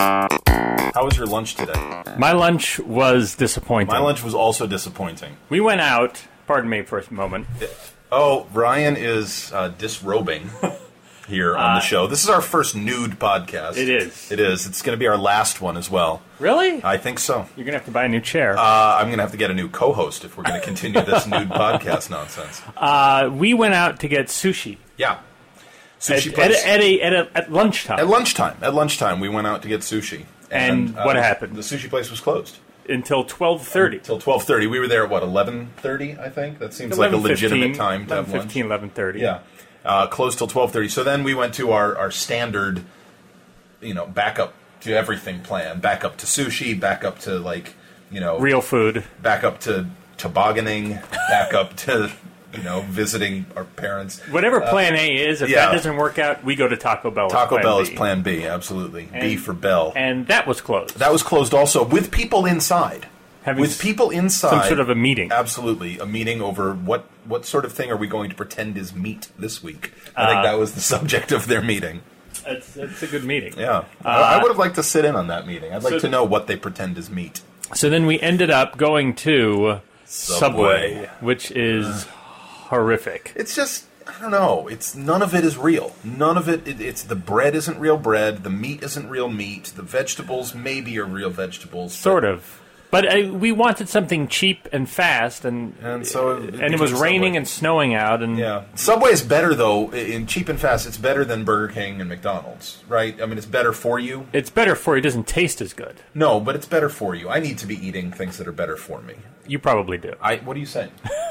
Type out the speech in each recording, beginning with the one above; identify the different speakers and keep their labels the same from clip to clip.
Speaker 1: How was your lunch today?
Speaker 2: My lunch was disappointing.
Speaker 1: My lunch was also disappointing.
Speaker 2: we went out. Pardon me for a moment.
Speaker 1: Oh, Ryan is uh, disrobing here on the show. This is our first nude podcast.
Speaker 2: Uh, It is.
Speaker 1: It is. It's going to be our last one as well.
Speaker 2: Really?
Speaker 1: I think so.
Speaker 2: You're gonna have to buy a new chair.
Speaker 1: Uh, I'm going to have to get a new co-host if we're going to continue this nude podcast nonsense.
Speaker 2: Uh, we went out to get sushi
Speaker 1: Yeah.
Speaker 2: at,
Speaker 1: Sushi
Speaker 2: at,
Speaker 1: place.
Speaker 2: at a, at, a, at lunchtime
Speaker 1: At lunchtime. At lunchtime, we went out to get sushi. uh,
Speaker 2: And what happened?
Speaker 1: The sushi place was closed
Speaker 2: until twelve thirty.
Speaker 1: till 12:30. We were there at what 11:30, I think. That seems like a legitimate time to have lunch.
Speaker 2: 15, 11:30.
Speaker 1: Yeah, uh, closed till 12:30. So then we went to our our standard, you know, backup to everything plan. Back up to sushi. Back up to like, you know,
Speaker 2: Real food.
Speaker 1: back up to tobogganing. back up to you know visiting our parents.
Speaker 2: Whatever Plan A is, if
Speaker 1: Uh, yeah.
Speaker 2: that doesn't work out, we go to Taco Bell. as
Speaker 1: Taco
Speaker 2: plan
Speaker 1: Bell
Speaker 2: B.
Speaker 1: is Plan B. Absolutely, B for Bell.
Speaker 2: and that was closed.
Speaker 1: That was closed also with people inside.
Speaker 2: Having
Speaker 1: with
Speaker 2: s-
Speaker 1: people inside.
Speaker 2: some sort of a meeting.
Speaker 1: Absolutely. A meeting over what what sort of thing are we going to pretend is meat this week? I
Speaker 2: Uh,
Speaker 1: think that was the subject of their meeting.
Speaker 2: That's, that's a good meeting.
Speaker 1: Yeah. I, I would have liked to sit in on that meeting. I'd like
Speaker 2: Uh, so
Speaker 1: to
Speaker 2: th-
Speaker 1: know what they pretend is meat.
Speaker 2: So then we ended up going to
Speaker 1: Subway.
Speaker 2: Subway, which is horrific.
Speaker 1: It's just I don't know. It's none of it is real. None of it, it. It's the bread isn't real bread. The meat isn't real meat. The vegetables maybe are real vegetables. but-
Speaker 2: Sort of. But uh, we wanted something cheap and fast, and
Speaker 1: And so it-
Speaker 2: and it was
Speaker 1: Subway.
Speaker 2: raining and snowing out, and
Speaker 1: Yeah. Subway is better though i- in cheap and fast. It's better than Burger King and McDonald's, right? I mean, it's better for you.
Speaker 2: it's better for you. It doesn't taste as good.
Speaker 1: No, but it's better for you. I need to be eating things that are better for me.
Speaker 2: You probably do.
Speaker 1: I. What are you saying?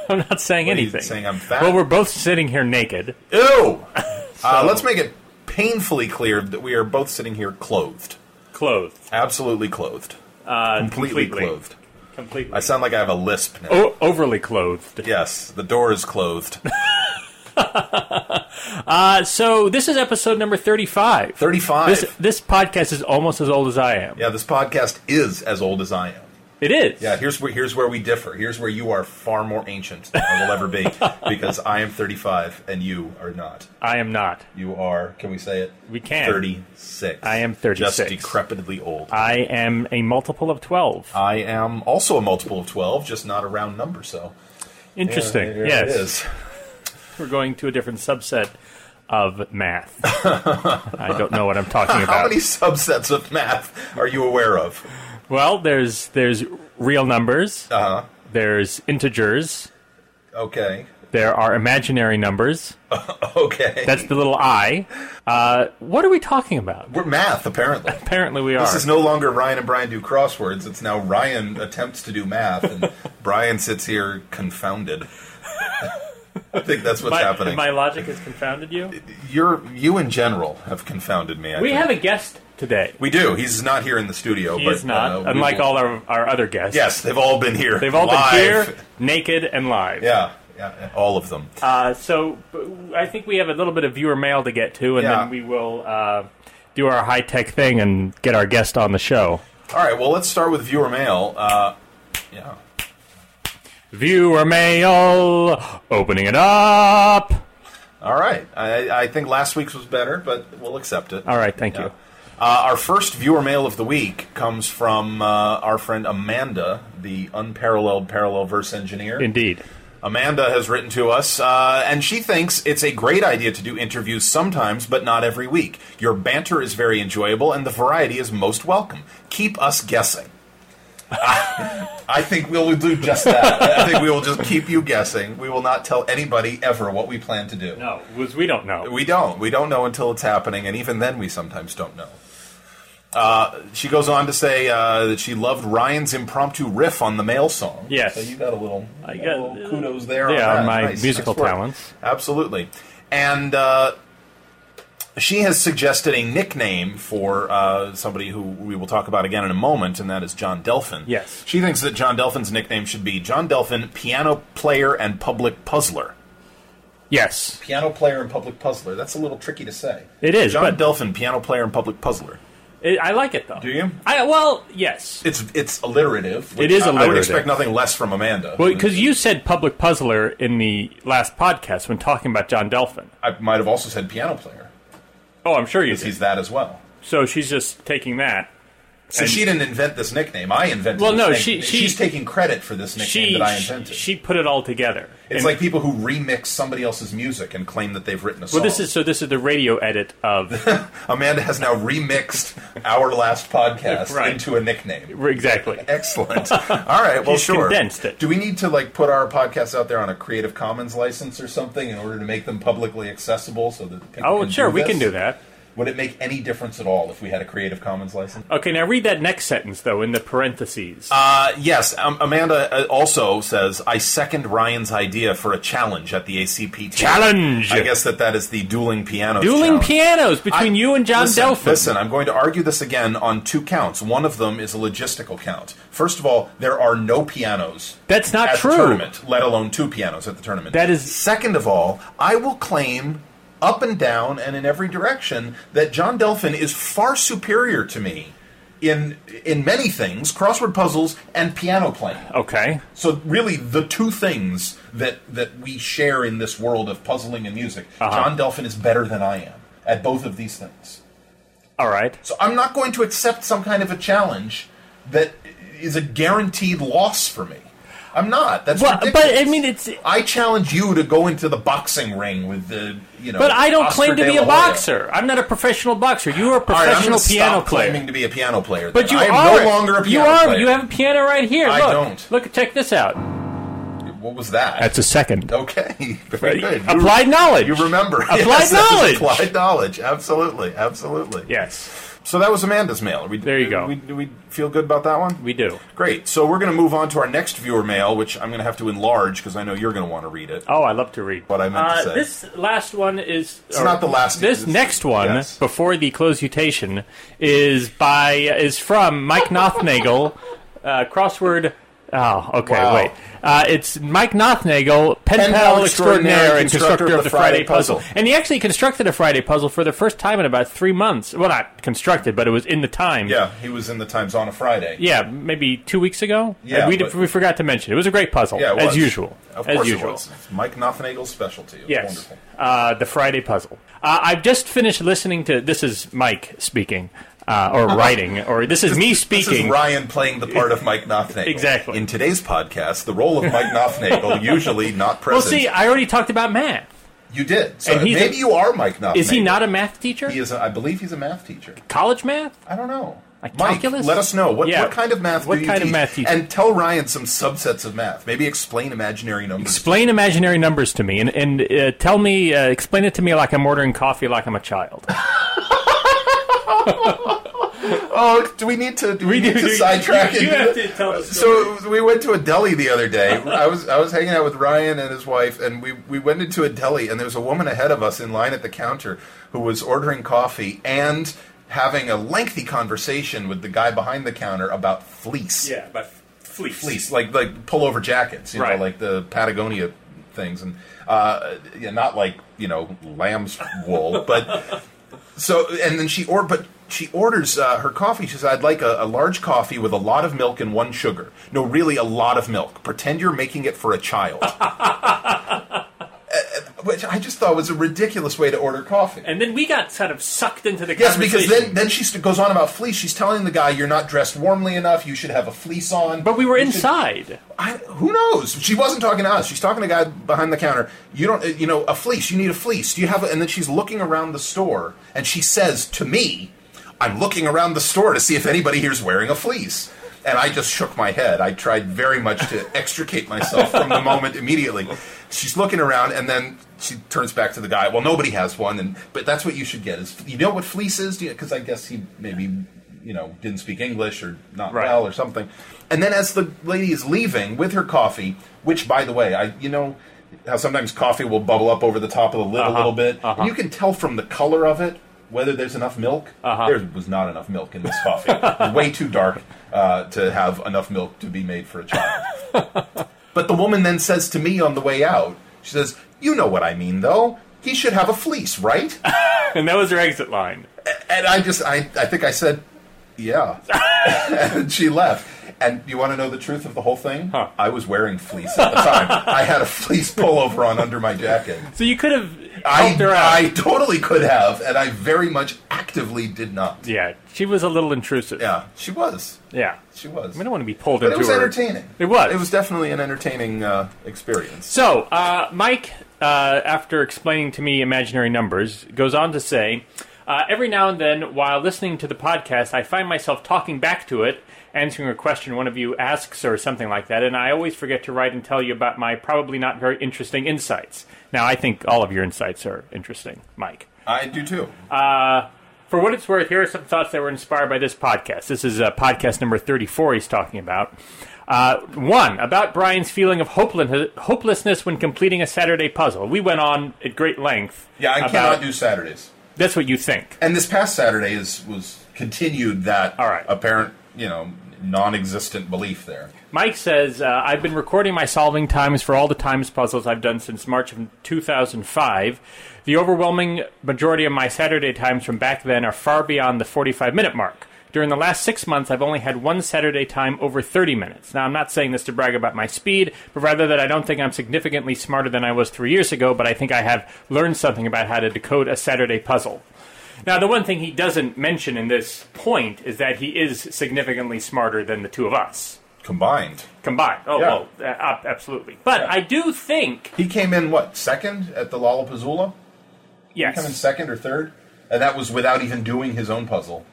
Speaker 2: I'm not saying
Speaker 1: What are you
Speaker 2: anything.
Speaker 1: saying I'm fat?
Speaker 2: Well, we're both sitting here naked.
Speaker 1: Ew. uh, let's make it painfully clear that we are both sitting here clothed,
Speaker 2: Clothed.
Speaker 1: absolutely clothed,
Speaker 2: Uh,
Speaker 1: completely,
Speaker 2: completely. Oh.
Speaker 1: clothed.
Speaker 2: Completely.
Speaker 1: I sound like I have a lisp now.
Speaker 2: O- overly clothed.
Speaker 1: Yes, the door is clothed.
Speaker 2: Uh, so this is episode number 35.
Speaker 1: Thirty-five.
Speaker 2: This, this podcast is almost as old as I am.
Speaker 1: yeah, this podcast is as old as I am.
Speaker 2: It is.
Speaker 1: Yeah, here's where here's where we differ. Here's where you are far more ancient than I will ever be because I am 35 and you are not.
Speaker 2: I am not.
Speaker 1: You are, can we say it?
Speaker 2: We can.
Speaker 1: 36.
Speaker 2: I am 36.
Speaker 1: Just decrepitly old.
Speaker 2: I am a multiple of 12.
Speaker 1: I am also a multiple of 12, just not a round number, so.
Speaker 2: Interesting.
Speaker 1: Here
Speaker 2: yes.
Speaker 1: It is.
Speaker 2: We're going to a different subset of math. I don't know what I'm talking
Speaker 1: How
Speaker 2: about.
Speaker 1: many subsets of math are you aware of?
Speaker 2: Well, there's there's real numbers. Uh-huh. There's integers.
Speaker 1: Okay.
Speaker 2: There are imaginary numbers.
Speaker 1: Okay.
Speaker 2: That's the little i. Uh, what are we talking about?
Speaker 1: We're math, apparently.
Speaker 2: Apparently, we are.
Speaker 1: This is no longer Ryan and Brian do crosswords. It's now Ryan attempts to do math, and Brian sits here confounded. I think that's what's
Speaker 2: my,
Speaker 1: happening.
Speaker 2: My logic has confounded you.
Speaker 1: You're, you in general have confounded me. I
Speaker 2: We
Speaker 1: think.
Speaker 2: have a guest today.
Speaker 1: we do. He's not here in the studio.
Speaker 2: He
Speaker 1: but,
Speaker 2: is not,
Speaker 1: uh, we
Speaker 2: unlike
Speaker 1: will-
Speaker 2: all our, our other guests.
Speaker 1: Yes, they've all been here.
Speaker 2: They've all
Speaker 1: live.
Speaker 2: been here, naked and live.
Speaker 1: Yeah, yeah, yeah, all of them.
Speaker 2: Uh, so but I think we have a little bit of viewer mail to get to, and
Speaker 1: Yeah.
Speaker 2: then we will uh, do our high tech thing and get our guest on the show.
Speaker 1: all right. Well, let's start with viewer mail. Uh, yeah.
Speaker 2: Viewer mail, opening it up.
Speaker 1: All right. I, I think last week's was better, but we'll accept it.
Speaker 2: All right, thank
Speaker 1: Yeah.
Speaker 2: you.
Speaker 1: Uh, our first viewer mail of the week comes from uh, our friend Amanda, the unparalleled parallel verse engineer.
Speaker 2: Indeed.
Speaker 1: Amanda has written to us, uh, and she thinks it's a great idea to do interviews sometimes, but not every week. Your banter is very enjoyable, and the variety is most welcome. Keep us guessing. I think we'll do just that. I think we will just keep you guessing. We will not tell anybody ever what we plan to do.
Speaker 2: No, was we don't know.
Speaker 1: We don't. We don't know until it's happening, and even then, we sometimes don't know. Uh, she goes on to say uh, that she loved Ryan's impromptu riff on the male song.
Speaker 2: Yes.
Speaker 1: So you got a little, you got
Speaker 2: got-
Speaker 1: a little kudos there.
Speaker 2: yeah,
Speaker 1: on that.
Speaker 2: my
Speaker 1: Nice,
Speaker 2: musical
Speaker 1: nice work.
Speaker 2: talents.
Speaker 1: Absolutely. And uh, she has suggested a nickname for uh, somebody who we will talk about again in a moment, and that is John Delphin.
Speaker 2: Yes.
Speaker 1: She thinks that John Delphin's nickname should be John Delphin, piano player and public puzzler
Speaker 2: yes,
Speaker 1: piano player and public puzzler. That's a little tricky to say.
Speaker 2: It is,
Speaker 1: John
Speaker 2: but-
Speaker 1: Delphin, piano player and public puzzler.
Speaker 2: It, I like it though.
Speaker 1: Do you?
Speaker 2: I well, yes.
Speaker 1: It's it's alliterative. which
Speaker 2: It is
Speaker 1: I- I would
Speaker 2: alliterative.
Speaker 1: expect nothing less from Amanda.
Speaker 2: Well, because you said public puzzler in the last podcast when talking about John Delphin.
Speaker 1: I might have also said piano player.
Speaker 2: Oh, I'm sure you did.
Speaker 1: He's that as well.
Speaker 2: So she's just taking that.
Speaker 1: So she didn't invent this nickname. I invented.
Speaker 2: Well,
Speaker 1: this
Speaker 2: no,
Speaker 1: nick-
Speaker 2: she- she-
Speaker 1: she's taking credit for this nickname
Speaker 2: She
Speaker 1: that I
Speaker 2: she,
Speaker 1: invented.
Speaker 2: she put it all together.
Speaker 1: it's
Speaker 2: And-
Speaker 1: like people who remix somebody else's music and claim that they've written a song.
Speaker 2: well, this is so. This is the radio edit of
Speaker 1: Amanda has now remixed our last podcast
Speaker 2: Right.
Speaker 1: into a nickname.
Speaker 2: exactly.
Speaker 1: Excellent. All right. Well,
Speaker 2: She's
Speaker 1: sure.
Speaker 2: condensed it.
Speaker 1: Do we need to like put our podcasts out there on a Creative Commons license or something in order to make them publicly accessible so that people
Speaker 2: Oh,
Speaker 1: can
Speaker 2: sure,
Speaker 1: do
Speaker 2: we
Speaker 1: this?
Speaker 2: can do that.
Speaker 1: Would it make any difference at all if we had a Creative Commons license?
Speaker 2: Okay, now read that next sentence though in the parentheses.
Speaker 1: Uh, yes, um, Amanda uh, also says I second Ryan's idea for a challenge at the ACPT.
Speaker 2: Challenge!
Speaker 1: I guess that that is the dueling pianos.
Speaker 2: Dueling
Speaker 1: challenge.
Speaker 2: pianos between
Speaker 1: I-
Speaker 2: you and John
Speaker 1: listen,
Speaker 2: Delphin.
Speaker 1: Listen, I'm going to argue this again on two counts. One of them is a logistical count. First of all, there are no pianos.
Speaker 2: That's not
Speaker 1: at
Speaker 2: true.
Speaker 1: The tournament, let alone two pianos at the tournament.
Speaker 2: That is-
Speaker 1: Second of all, I will claim up and down and in every direction that John Delphin is far superior to me in in many things, crossword puzzles and piano playing.
Speaker 2: Okay.
Speaker 1: So really, the two things that that we share in this world of puzzling and music,
Speaker 2: Uh-huh.
Speaker 1: John Delphin is better than I am at both of these things.
Speaker 2: All right.
Speaker 1: So I'm not going to accept some kind of a challenge that is a guaranteed loss for me. I'm not. That's
Speaker 2: Well,
Speaker 1: ridiculous.
Speaker 2: but, I mean, it's-
Speaker 1: I challenge you to go into the boxing ring with the you know.
Speaker 2: But I don't
Speaker 1: Oscar
Speaker 2: claim to
Speaker 1: De
Speaker 2: be
Speaker 1: La
Speaker 2: a
Speaker 1: Hoya.
Speaker 2: boxer. I'm not a professional boxer. You are
Speaker 1: All
Speaker 2: a
Speaker 1: right, I'm
Speaker 2: professional
Speaker 1: going to
Speaker 2: piano
Speaker 1: stop
Speaker 2: player.
Speaker 1: claiming to be a piano player.
Speaker 2: but
Speaker 1: then.
Speaker 2: you
Speaker 1: I am
Speaker 2: are
Speaker 1: no longer a piano
Speaker 2: You are.
Speaker 1: player.
Speaker 2: You have a piano right here.
Speaker 1: I
Speaker 2: look,
Speaker 1: don't.
Speaker 2: Look, check this out.
Speaker 1: what was that?
Speaker 2: a second.
Speaker 1: okay. Very good. You-
Speaker 2: Applied knowledge.
Speaker 1: You remember.
Speaker 2: Applied
Speaker 1: Yes, that was
Speaker 2: knowledge.
Speaker 1: Applied knowledge. Absolutely. Absolutely.
Speaker 2: Yes,
Speaker 1: So that was Amanda's mail. We,
Speaker 2: There you go.
Speaker 1: We, do we feel good about that one?
Speaker 2: we do.
Speaker 1: Great. So we're going to move on to our next viewer mail, which I'm going to have to enlarge because I know you're going to want to read it.
Speaker 2: Oh, I love to read.
Speaker 1: What I meant to
Speaker 2: uh,
Speaker 1: say.
Speaker 2: This last one is.
Speaker 1: It's not the last.
Speaker 2: This
Speaker 1: it's-
Speaker 2: next one
Speaker 1: yes.
Speaker 2: before the closutation is by is from Mike Nothnagel, uh, crossword. Oh, okay,
Speaker 1: Wow.
Speaker 2: wait. Uh, it's Mike Nothnagel, pen,
Speaker 1: Pen
Speaker 2: pal
Speaker 1: pal
Speaker 2: extraordinaire and constructor of the Friday, puzzle.
Speaker 1: puzzle.
Speaker 2: And he actually constructed a Friday puzzle for the first time in about three months. Well, not constructed, but it was in the time.
Speaker 1: Yeah, he was in the Times on a Friday.
Speaker 2: Yeah, maybe two weeks ago.
Speaker 1: Yeah,
Speaker 2: we,
Speaker 1: but-
Speaker 2: we forgot to mention it. was a great puzzle,
Speaker 1: Yeah, it
Speaker 2: as
Speaker 1: was.
Speaker 2: usual.
Speaker 1: Of
Speaker 2: as
Speaker 1: course it
Speaker 2: usual.
Speaker 1: was. It's Mike Nothnagel's specialty. It was
Speaker 2: Yes.
Speaker 1: wonderful.
Speaker 2: Uh, the Friday Puzzle. Uh, I've just finished listening to. This is Mike speaking, uh, or writing, or this is me speaking.
Speaker 1: This is Ryan playing the part of Mike Nothnagel.
Speaker 2: Exactly.
Speaker 1: In today's podcast, the role of Mike Nothnagel, usually not
Speaker 2: well,
Speaker 1: present.
Speaker 2: see, I already talked about math.
Speaker 1: you did. So
Speaker 2: and he's a-
Speaker 1: maybe you are Mike Nothnagel.
Speaker 2: Is he not a math teacher?
Speaker 1: He is. A, I believe he's a math teacher.
Speaker 2: College math?
Speaker 1: I don't know.
Speaker 2: Like
Speaker 1: Mike,
Speaker 2: calculus?
Speaker 1: let us know what,
Speaker 2: Yeah.
Speaker 1: what kind of math.
Speaker 2: What
Speaker 1: do you
Speaker 2: kind of
Speaker 1: teach?
Speaker 2: math do you-
Speaker 1: And tell Ryan some subsets of math. Maybe explain imaginary numbers.
Speaker 2: Explain imaginary numbers to me, and and uh, tell me, uh, explain it to me like I'm ordering coffee, like I'm a child.
Speaker 1: oh, do we need to? Do we,
Speaker 2: do-
Speaker 1: need to
Speaker 2: do-
Speaker 1: sidetrack? and
Speaker 2: you- you
Speaker 1: do
Speaker 2: have
Speaker 1: that?
Speaker 2: to tell the
Speaker 1: So we went to a deli the other day. I was I was hanging out with Ryan and his wife, and we we went into a deli, and there was a woman ahead of us in line at the counter who was ordering coffee and having a lengthy conversation with the guy behind the counter about fleece.
Speaker 2: but fleece.
Speaker 1: fleece, like like pullover jackets, you
Speaker 2: Right.
Speaker 1: know, like the Patagonia things, and uh, yeah, not like you know lamb's wool, but so and then she or but she orders uh, her coffee. She says, "I'd like a, a large coffee with a lot of milk and one sugar. No, really, a lot of milk. Pretend you're making it for a child." Uh, Which I just thought was a ridiculous way to order coffee.
Speaker 2: And then we got sort of sucked into the
Speaker 1: Yes, because
Speaker 2: conversation.
Speaker 1: then, then she st- goes on about fleece. She's telling the guy, "You're not dressed warmly enough. You should have a fleece on."
Speaker 2: but we were
Speaker 1: You should-
Speaker 2: inside.
Speaker 1: I, who knows? She wasn't talking to us. She's talking to a guy behind the counter. You don't, uh, you know, a fleece. You need a fleece. Do you have? A, and then she's looking around the store, and she says to me, "I'm looking around the store to see if anybody here's wearing a fleece." And I just shook my head. I tried very much to extricate myself from the moment immediately. She's looking around, and then she turns back to the guy. Well, nobody has one, and but that's what you should get. Is you know what fleece is? Because I guess he maybe you know didn't speak English or not
Speaker 2: Right.
Speaker 1: well or something. And then as the lady is leaving with her coffee, which by the way, I you know how sometimes coffee will bubble up over the top of the lid a little bit. And you can tell from the color of it whether there's enough milk. There was not enough milk in this coffee. Way too dark uh, to have enough milk to be made for a child. But the woman then says to me on the way out, she says, "You know what I mean, though. He should have a fleece, right?"
Speaker 2: And that was her exit line.
Speaker 1: and I just, I, I think I said, Yeah. and she left. And you want to know the truth of the whole thing?
Speaker 2: Huh.
Speaker 1: I was wearing fleece at the time. I had a fleece pullover on under my jacket.
Speaker 2: So you could have
Speaker 1: I,
Speaker 2: helped her out.
Speaker 1: I totally could have, and I very much actively did not.
Speaker 2: yeah, she was a little intrusive.
Speaker 1: Yeah, she was.
Speaker 2: Yeah.
Speaker 1: She was.
Speaker 2: We don't want to be pulled
Speaker 1: but
Speaker 2: into
Speaker 1: it was
Speaker 2: her-
Speaker 1: entertaining.
Speaker 2: It was.
Speaker 1: It was definitely an entertaining uh, experience.
Speaker 2: So, uh, Mike, uh, after explaining to me imaginary numbers, goes on to say, uh, every now and then, while listening to the podcast, I find myself talking back to it, answering a question one of you asks or something like that, and I always forget to write and tell you about my probably not very interesting insights. Now, I think all of your insights are interesting, Mike.
Speaker 1: I do too.
Speaker 2: For what it's worth, here are some thoughts that were inspired by this podcast. This is uh, podcast number 34 he's talking about. Uh, one, about Brian's feeling of hopelin- hopelessness when completing a Saturday puzzle. We went on at great length.
Speaker 1: yeah, I
Speaker 2: about,
Speaker 1: cannot do Saturdays.
Speaker 2: That's what you think.
Speaker 1: And this past Saturday is was continued that
Speaker 2: All right.
Speaker 1: apparent, you know, non-existent belief there.
Speaker 2: Mike says, uh, I've been recording my solving times for all the times puzzles I've done since March of 2005. The overwhelming majority of my Saturday times from back then are far beyond the 45 minute mark. During the last six months, I've only had one Saturday time over 30 minutes. Now, I'm not saying this to brag about my speed, but rather that I don't think I'm significantly smarter than I was three years ago, but I think I have learned something about how to decode a Saturday puzzle. Now, the one thing he doesn't mention in this point is that he is significantly smarter than the two of us
Speaker 1: Combined,
Speaker 2: combined. Oh,
Speaker 1: Yeah.
Speaker 2: well, uh, ab- absolutely. But I do think
Speaker 1: he came in what second at the Lollapuzzoola? Come in
Speaker 2: yes,
Speaker 1: second or third, and that was without even doing his own puzzle.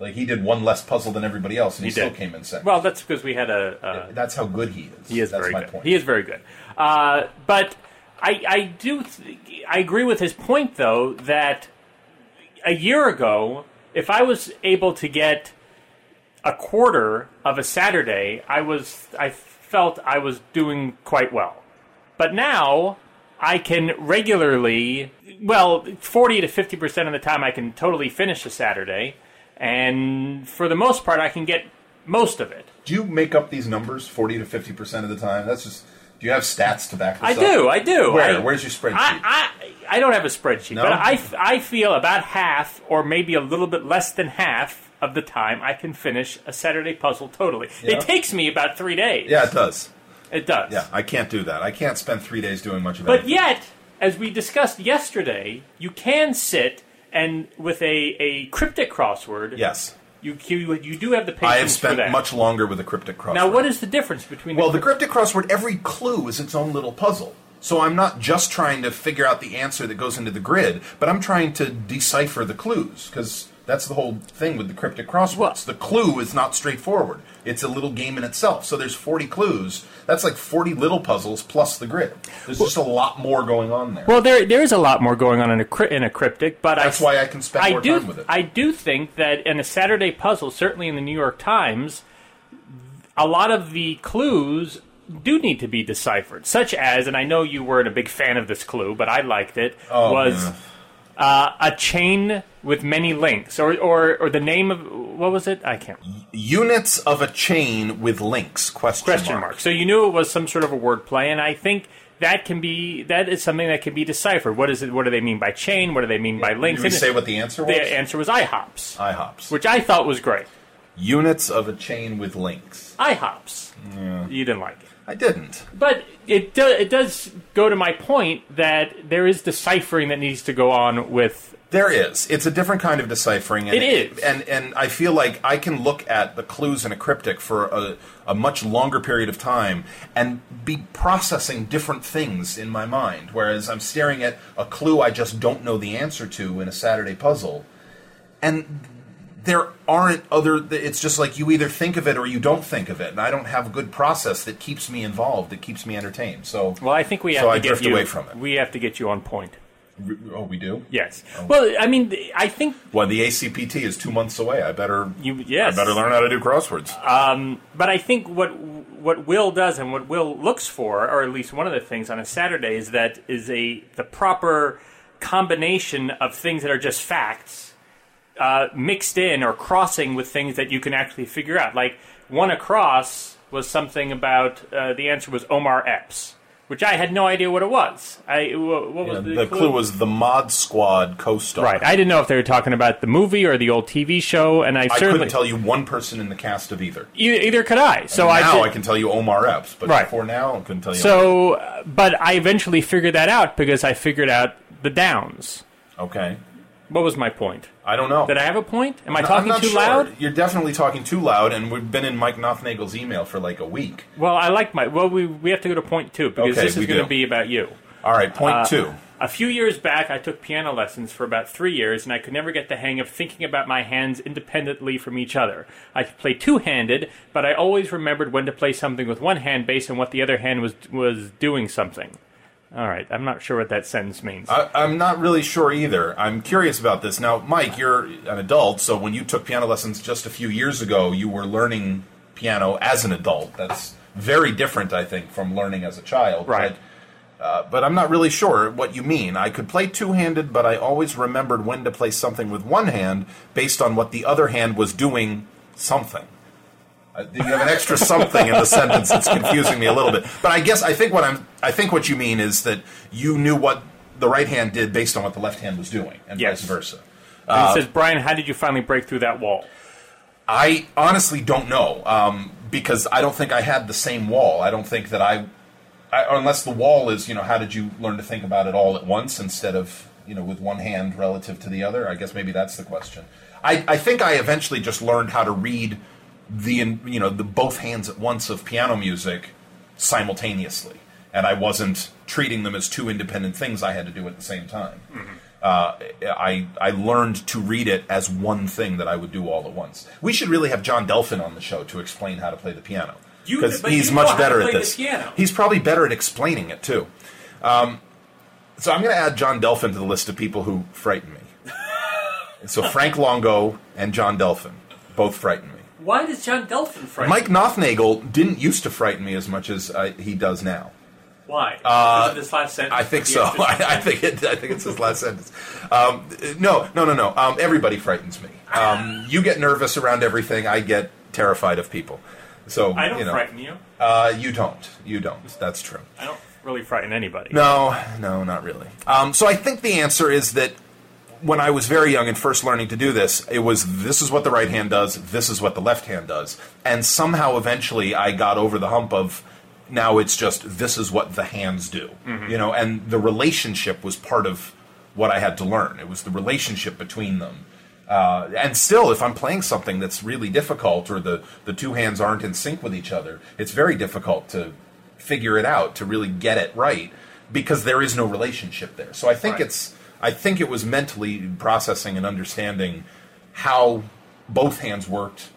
Speaker 1: Like he did one less puzzle than everybody else, and he,
Speaker 2: he
Speaker 1: still
Speaker 2: did.
Speaker 1: came in second.
Speaker 2: Well, that's because we had a. Uh,
Speaker 1: That's how good he is.
Speaker 2: he is
Speaker 1: That's
Speaker 2: very
Speaker 1: my
Speaker 2: good.
Speaker 1: point.
Speaker 2: He is very good. Uh, but I, I do. Th- I agree with his point, though, that a year ago, if I was able to get a quarter of a Saturday, I was. I felt I was doing quite well. But now I can regularly, well, 40 to 50% of the time I can totally finish a Saturday. And for the most part, I can get most of it.
Speaker 1: Do you make up these numbers forty to fifty percent of the time? That's just. Do you have stats to back this
Speaker 2: I
Speaker 1: up?
Speaker 2: do, I do.
Speaker 1: Where?
Speaker 2: I-
Speaker 1: Where's your spreadsheet?
Speaker 2: I, I, I don't have a spreadsheet,
Speaker 1: No?
Speaker 2: but I, I feel about half or maybe a little bit less than half of the time I can finish a Saturday puzzle totally.
Speaker 1: Yeah.
Speaker 2: It takes me about three days.
Speaker 1: yeah, it does.
Speaker 2: It does.
Speaker 1: Yeah, I can't do that. I can't spend three days doing much of
Speaker 2: But
Speaker 1: anything.
Speaker 2: yet, as we discussed yesterday, you can sit and with a, a cryptic crossword,
Speaker 1: yes,
Speaker 2: you, you you do have the patience
Speaker 1: I have
Speaker 2: for
Speaker 1: spent
Speaker 2: that.
Speaker 1: much longer with a cryptic crossword.
Speaker 2: Now, what is the difference between
Speaker 1: Well, the cryptic crossword, every clue is its own little puzzle. So I'm not just trying to figure out the answer that goes into the grid, but I'm trying to decipher the clues because that's the whole thing with the cryptic crosswords.
Speaker 2: Well-
Speaker 1: the clue is not straightforward. It's a little game in itself. So there's 40 clues. That's like 40 little puzzles plus the grid. There's just a lot more going on there.
Speaker 2: Well, there there is a lot more going on in a cry- in a cryptic, but
Speaker 1: That's
Speaker 2: I,
Speaker 1: why I can spend
Speaker 2: I
Speaker 1: more
Speaker 2: do
Speaker 1: time with it.
Speaker 2: I do think that in a Saturday puzzle, certainly in the New York Times, a lot of the clues do need to be deciphered, such as, and I know you weren't a big fan of this clue, but I liked it.
Speaker 1: Oh,
Speaker 2: was
Speaker 1: man.
Speaker 2: uh, a chain with many links, or, or or the name of what was it? I can't
Speaker 1: Units of a chain with links? Question,
Speaker 2: question mark. So you knew it was some sort of a word play, and I think that can be that is something that can be deciphered. What is it? What do they mean by chain? What do they mean by links?
Speaker 1: Did we
Speaker 2: And
Speaker 1: say what the answer was?
Speaker 2: the answer was IHOPs,
Speaker 1: IHOPs.
Speaker 2: which I thought was great.
Speaker 1: Units of a chain with links.
Speaker 2: IHOPs. You didn't like it.
Speaker 1: I didn't.
Speaker 2: But it do, it does go to my point that there is deciphering that needs to go on with
Speaker 1: There is. It's a different kind of deciphering. And
Speaker 2: It is.
Speaker 1: and and I feel like I can look at the clues in a cryptic for a, a much longer period of time and be processing different things in my mind, whereas I'm staring at a clue I just don't know the answer to in a Saturday puzzle, and there aren't other. It's just like you either think of it or you don't think of it, and I don't have a good process that keeps me involved, that keeps me entertained. So,
Speaker 2: Well, I think we have
Speaker 1: so
Speaker 2: to
Speaker 1: I
Speaker 2: get
Speaker 1: drift
Speaker 2: you
Speaker 1: away from it.
Speaker 2: We have to get you on point.
Speaker 1: oh, we do.
Speaker 2: Yes. Well, I mean, I think
Speaker 1: Well, the ACPT is two months away. I better
Speaker 2: you yes.
Speaker 1: I better learn how to do crosswords.
Speaker 2: Uh, But I think what what Will does and what Will looks for, or at least one of the things on a Saturday, is that is a the proper combination of things that are just facts uh, mixed in or crossing with things that you can actually figure out. Like one across was something about uh, the answer was Omar Epps. which I had no idea what it was. I wha- what was
Speaker 1: And
Speaker 2: the,
Speaker 1: the clue was the Mod Squad co-star.
Speaker 2: right. I didn't know if they were talking about the movie or the old TV show, and I,
Speaker 1: I
Speaker 2: certainly
Speaker 1: couldn't tell you one person in the cast of either.
Speaker 2: e- either could I. So I
Speaker 1: now
Speaker 2: did-
Speaker 1: I can tell you Omar Epps, but
Speaker 2: Right.
Speaker 1: before now I couldn't tell you.
Speaker 2: So, uh, but I eventually figured that out because I figured out the downs.
Speaker 1: okay,
Speaker 2: What was my point?
Speaker 1: I don't know.
Speaker 2: Did I have a point? Am I
Speaker 1: I'm
Speaker 2: talking
Speaker 1: not
Speaker 2: too
Speaker 1: sure.
Speaker 2: loud?
Speaker 1: You're definitely talking too loud, and we've been in Mike Nothnagle's email for like a week.
Speaker 2: Well, I like my. Well, we we have to go to point two because
Speaker 1: Okay,
Speaker 2: this
Speaker 1: we
Speaker 2: is going
Speaker 1: do.
Speaker 2: to be about you.
Speaker 1: All right, point
Speaker 2: Uh,
Speaker 1: two.
Speaker 2: A few years back, I took piano lessons for about three years, and I could never get the hang of thinking about my hands independently from each other. I could play two-handed, but I always remembered when to play something with one hand based on what the other hand was was doing something. All right, I'm not sure what that sentence means.
Speaker 1: I, I'm not really sure either. I'm curious about this now, Mike. You're an adult, so when you took piano lessons just a few years ago, you were learning piano as an adult. That's very different, I think, from learning as a child.
Speaker 2: Right.
Speaker 1: But, uh, but I'm not really sure what you mean. I could play two-handed, but I always remembered when to play something with one hand based on what the other hand was doing. Something. Uh, You have an extra something in the sentence that's confusing me a little bit. But I guess I think what I'm I think what you mean is that you knew what the right hand did based on what the left hand was doing, and
Speaker 2: Yes.
Speaker 1: vice versa.
Speaker 2: And it says, Brian, how did you finally break through that wall?
Speaker 1: I honestly don't know um, because I don't think I had the same wall. I don't think that I, I, unless the wall is you know how did you learn to think about it all at once instead of you know with one hand relative to the other. I guess maybe that's the question. I, I think I eventually just learned how to read the in- you know the both hands at once of piano music simultaneously, and I wasn't treating them as two independent things I had to do at the same time
Speaker 2: Mm-hmm.
Speaker 1: uh, I I learned to read it as one thing that I would do all at once. We should really have John Delphin on the show to explain how to play the piano
Speaker 2: You- but
Speaker 1: he's
Speaker 2: you know
Speaker 1: much
Speaker 2: how to
Speaker 1: better at
Speaker 2: play the
Speaker 1: this.
Speaker 2: piano.
Speaker 1: He's probably better at explaining it too. Um, so I'm going to add John Delphin to the list of people who frighten me. so Frank Longo and John Delphin both frighten me.
Speaker 2: Why does John Delphin frighten?
Speaker 1: Mike Nothnagel didn't used to frighten me as much as I, he does now.
Speaker 2: Why? this last sentence.
Speaker 1: uh, I think so. I, I think it. I think it's his last sentence. Um, no, no, no, no. Um, everybody frightens me. Um, you get nervous around everything. I get terrified of people. So
Speaker 2: I don't
Speaker 1: you know,
Speaker 2: frighten you.
Speaker 1: Uh, you don't. You don't. That's true.
Speaker 2: I don't really frighten anybody.
Speaker 1: No, no, not really. Um, so I think the answer is that when I was very young and first learning to do this, it was this is what the right hand does, this is what the left hand does, and somehow eventually I got over the hump of now it's just this is what the hands do, you know, and the relationship was part of what I had to learn. It was the relationship between them. Uh, and still, if I'm playing something that's really difficult or the, the two hands aren't in sync with each other, it's very difficult to figure it out, to really get it right, because there is no relationship there. So I think
Speaker 2: Right.
Speaker 1: it's I think it was mentally processing and understanding how both hands worked,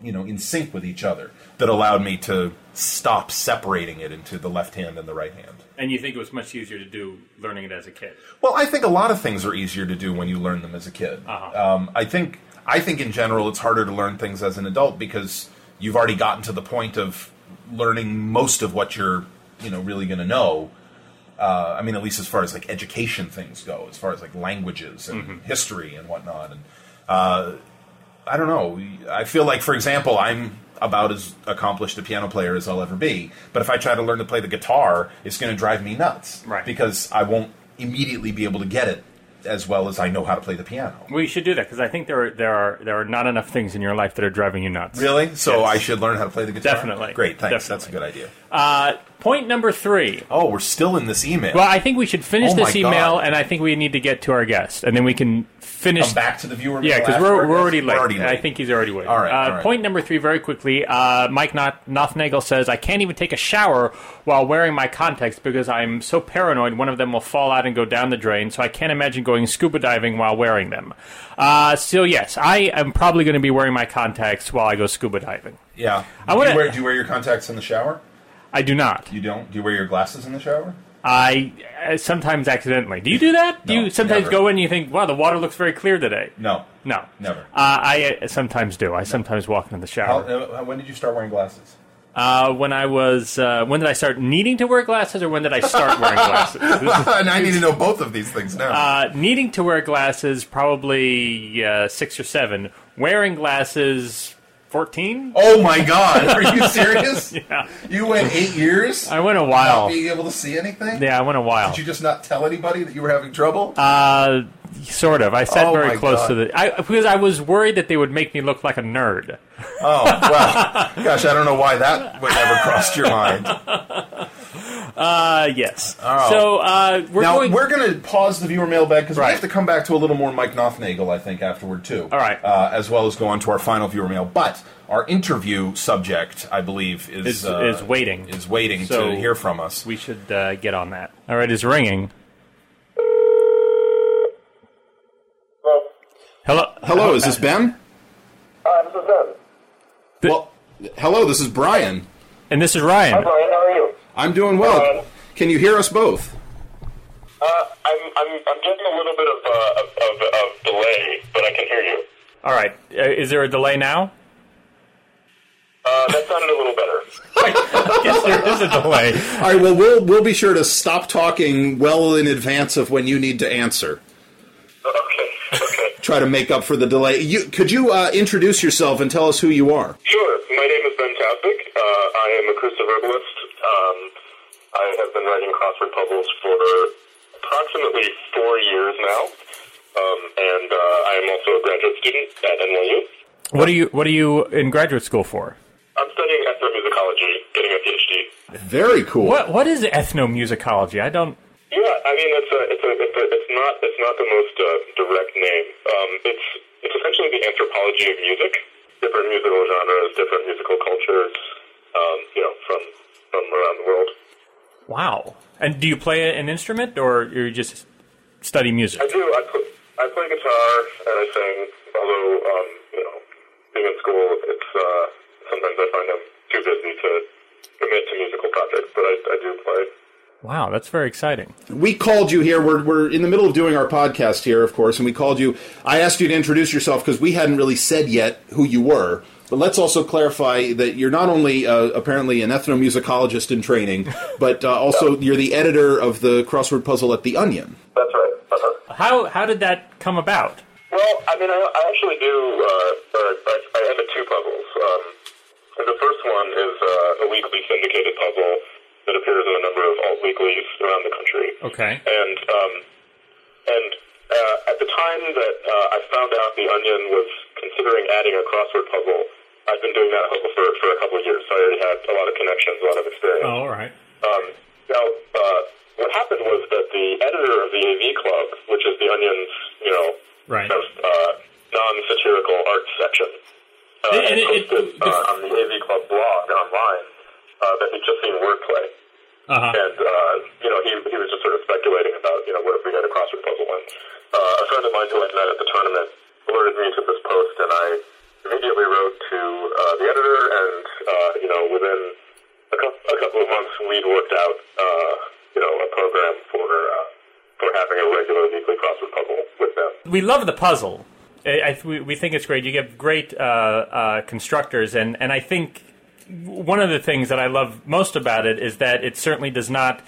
Speaker 1: you know, in sync with each other that allowed me to stop separating it into the left hand and the right hand.
Speaker 2: And you think it was much easier to do learning it as a kid?
Speaker 1: Well, I think a lot of things are easier to do when you learn them as a kid.
Speaker 2: Uh-huh.
Speaker 1: Um, I think I think in general it's harder to learn things as an adult because you've already gotten to the point of learning most of what you're you know really going to know. Uh, I mean, at least as far as like education things go, as far as like languages and
Speaker 2: Mm-hmm.
Speaker 1: history and whatnot. And uh, I don't know. I feel like, for example, I'm about as accomplished a piano player as I'll ever be. But if I try to learn to play the guitar, it's going to drive me nuts
Speaker 2: Right.
Speaker 1: because I won't immediately be able to get it as well as I know how to play the piano.
Speaker 2: We should do that because I think there are, there are there are not enough things in your life that are driving you nuts.
Speaker 1: Really? So
Speaker 2: Yes.
Speaker 1: I should learn how to play the guitar.
Speaker 2: Definitely.
Speaker 1: Great. Thanks. That's a
Speaker 2: Definitely.
Speaker 1: good idea.
Speaker 2: Uh, point number three.
Speaker 1: Oh, we're still in this email.
Speaker 2: Well, I think we should finish
Speaker 1: Oh my
Speaker 2: this email,
Speaker 1: God. Um,
Speaker 2: and I think we need to get to our guest, and then we can finish.
Speaker 1: Come back to the viewer.
Speaker 2: Yeah,
Speaker 1: mail
Speaker 2: because we're,
Speaker 1: afterward.
Speaker 2: we're already
Speaker 1: We're
Speaker 2: late.
Speaker 1: already
Speaker 2: I think he's already waiting.
Speaker 1: All right,
Speaker 2: Uh,
Speaker 1: all right.
Speaker 2: Point number three, very quickly. Uh, Mike Not- Nothnagel says, I can't even take a shower while wearing my contacts because I'm so paranoid one of them will fall out and go down the drain, so I can't imagine going scuba diving while wearing them. Uh, so, yes, I am probably going to be wearing my contacts while I go scuba diving.
Speaker 1: Yeah.
Speaker 2: I
Speaker 1: do,
Speaker 2: wanna-
Speaker 1: you wear, do you wear your contacts in the shower?
Speaker 2: I do not.
Speaker 1: You don't? Do you wear your glasses in the shower?
Speaker 2: I uh, sometimes accidentally. Do you do that? Do
Speaker 1: No,
Speaker 2: you sometimes
Speaker 1: never.
Speaker 2: go in and you think, wow, the water looks very clear today?
Speaker 1: No.
Speaker 2: No.
Speaker 1: Never.
Speaker 2: Uh, I uh, sometimes do. I sometimes walk into the
Speaker 1: How,
Speaker 2: shower.
Speaker 1: uh, when did you start wearing glasses?
Speaker 2: Uh, when I was, uh, when did I start needing to wear glasses, or when did I start wearing glasses? This is-
Speaker 1: and I need to know both of these things now.
Speaker 2: uh, needing to wear glasses, probably uh, six or seven. Wearing glasses, 14?
Speaker 1: Oh my God! Are you serious? yeah. You went eight years.
Speaker 2: I went a while.
Speaker 1: Not being able to see anything.
Speaker 2: Yeah, I went a while.
Speaker 1: Did you just not tell anybody that you were having trouble?
Speaker 2: Uh, sort of. I sat
Speaker 1: Oh my
Speaker 2: very close
Speaker 1: God.
Speaker 2: to the. I, because I was worried that they would make me look like a nerd.
Speaker 1: oh well. Gosh, I don't know why that would ever crossed your mind.
Speaker 2: Uh, yes. So uh, we're
Speaker 1: Oh. now
Speaker 2: going.
Speaker 1: we're going to pause the viewer mailbag because we
Speaker 2: Right.
Speaker 1: have to come back to a little more Mike Knopfnagel, I think, afterward too.
Speaker 2: All right.
Speaker 1: uh, as well as go on to our final viewer mail. But our interview subject, I believe, is
Speaker 2: Is-
Speaker 1: uh,
Speaker 2: is waiting.
Speaker 1: is waiting
Speaker 2: So-
Speaker 1: to hear from us.
Speaker 2: we should uh, get on that. All right, it's ringing.
Speaker 3: Hello.
Speaker 2: Hello.
Speaker 1: Hello, is this Ben?
Speaker 3: Hi, this is Ben.
Speaker 1: Well, hello, this is Brian.
Speaker 2: And this is Ryan.
Speaker 3: Brian, how are you?
Speaker 1: I'm doing well. Can you hear us both?
Speaker 3: Uh, I'm I'm I'm getting a little bit of uh, of, of of delay, but I can hear you.
Speaker 2: All right. Uh, is there a delay now?
Speaker 3: Uh, that sounded a little better.
Speaker 2: yes, there is a delay.
Speaker 4: All right. Well, we'll we'll be sure to stop talking well in advance of when you need to answer.
Speaker 3: Okay, okay.
Speaker 4: Try to make up for the delay. You could you uh, introduce yourself and tell us who you are?
Speaker 3: Sure. My name is Ben Tasvik. Uh, I am a cursive herbalist. Um, I have been writing crossword puzzles for approximately four years now, um, and uh, I am also a graduate student at NYU.
Speaker 2: What are you? What are you in graduate school for?
Speaker 3: I'm studying ethnomusicology, getting a PhD.
Speaker 4: Very cool.
Speaker 2: What What is ethnomusicology? I don't.
Speaker 3: Yeah, I mean it's a, it's a, it's, a, it's not it's not the most uh, direct name. Um, it's it's essentially the anthropology of music, different musical genres, different musical cultures, um, you know, from from around the world.
Speaker 2: Wow. And do you play an instrument or you just study music?
Speaker 3: I do. I play, I play guitar and I sing. Although um, you know, being in school, it's uh, sometimes I find I'm too busy to commit to musical projects, but I, I do play.
Speaker 2: Wow, that's very exciting.
Speaker 4: we called you here. We're, we're in the middle of doing our podcast here, of course, and we called you. I asked you to introduce yourself because we hadn't really said yet who you were. But let's also clarify that you're not only uh, apparently an ethnomusicologist in training, but uh, also you're the editor of the crossword puzzle at The Onion.
Speaker 3: That's right. Uh-huh.
Speaker 2: How How did that come about?
Speaker 3: Well, I mean, I, I actually do. Uh, or I, I have two puzzles. Um, and the first one is uh, a weekly syndicated puzzle that appears in a number of alt weeklies around the country.
Speaker 2: Okay.
Speaker 3: And um, and uh, at the time that uh, I found out the Onion was considering adding a crossword puzzle, I'd been doing that puzzle for for a couple of years, so I already had a lot of connections, a lot of experience.
Speaker 2: Oh, all right.
Speaker 3: Um, now, uh, what happened was that the editor of the AV Club, which is the Onion's, you know,
Speaker 2: Right.
Speaker 3: kind of, uh, non-satirical art section, uh,
Speaker 2: And- and
Speaker 3: had
Speaker 2: it- it-
Speaker 3: posted uh, on the AV Club blog online uh, that he'd just seen wordplay.
Speaker 2: Uh-huh.
Speaker 3: And, uh, you know, he, he was just sort of speculating about, you know, what if we had a crossword puzzle win. Uh, a friend of mine who I met at the tournament alerted me to this post, and I immediately wrote to uh, the editor, and, uh, you know, within a, cou- a couple of months, we'd worked out, uh, you know, a program for, uh, for having a regular weekly crossword puzzle with them.
Speaker 2: We love the puzzle. I, I, we, we think it's great. You have great uh, uh, constructors, and, and I think one of the things that I love most about it is that it certainly does not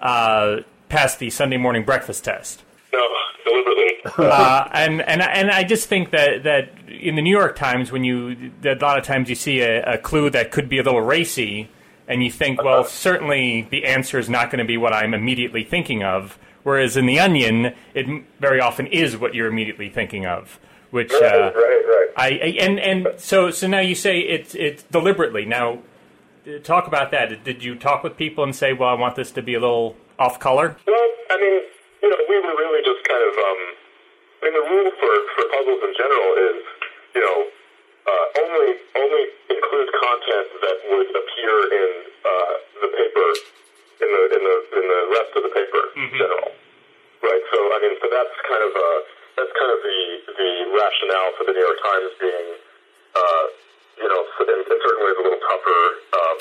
Speaker 2: uh, pass the Sunday morning breakfast test.
Speaker 3: No, deliberately.
Speaker 2: uh, and and and I just think that that in the New York Times, when you that a lot of times you see a, a clue that could be a little racy, and you think, well, certainly the answer is not going to be what I'm immediately thinking of. Whereas in the Onion, it m- very often is what you're immediately thinking of, which uh,
Speaker 3: right, right.
Speaker 2: I, I and and so so now you say it's it's deliberately. Now uh, talk about that. Did you talk with people and say, well, I want this to be a little off color?
Speaker 3: Well, I mean, you know, we were really just kind of. Um, I mean, the rule for, for puzzles in general is, you know, uh, only only include content that would appear in uh, the paper in the in the in the rest of the paper in general, right? So, I mean, so that's kind of uh, that's kind of the the rationale for the New York Times being, uh, you know, in, in certain ways a little tougher. Um,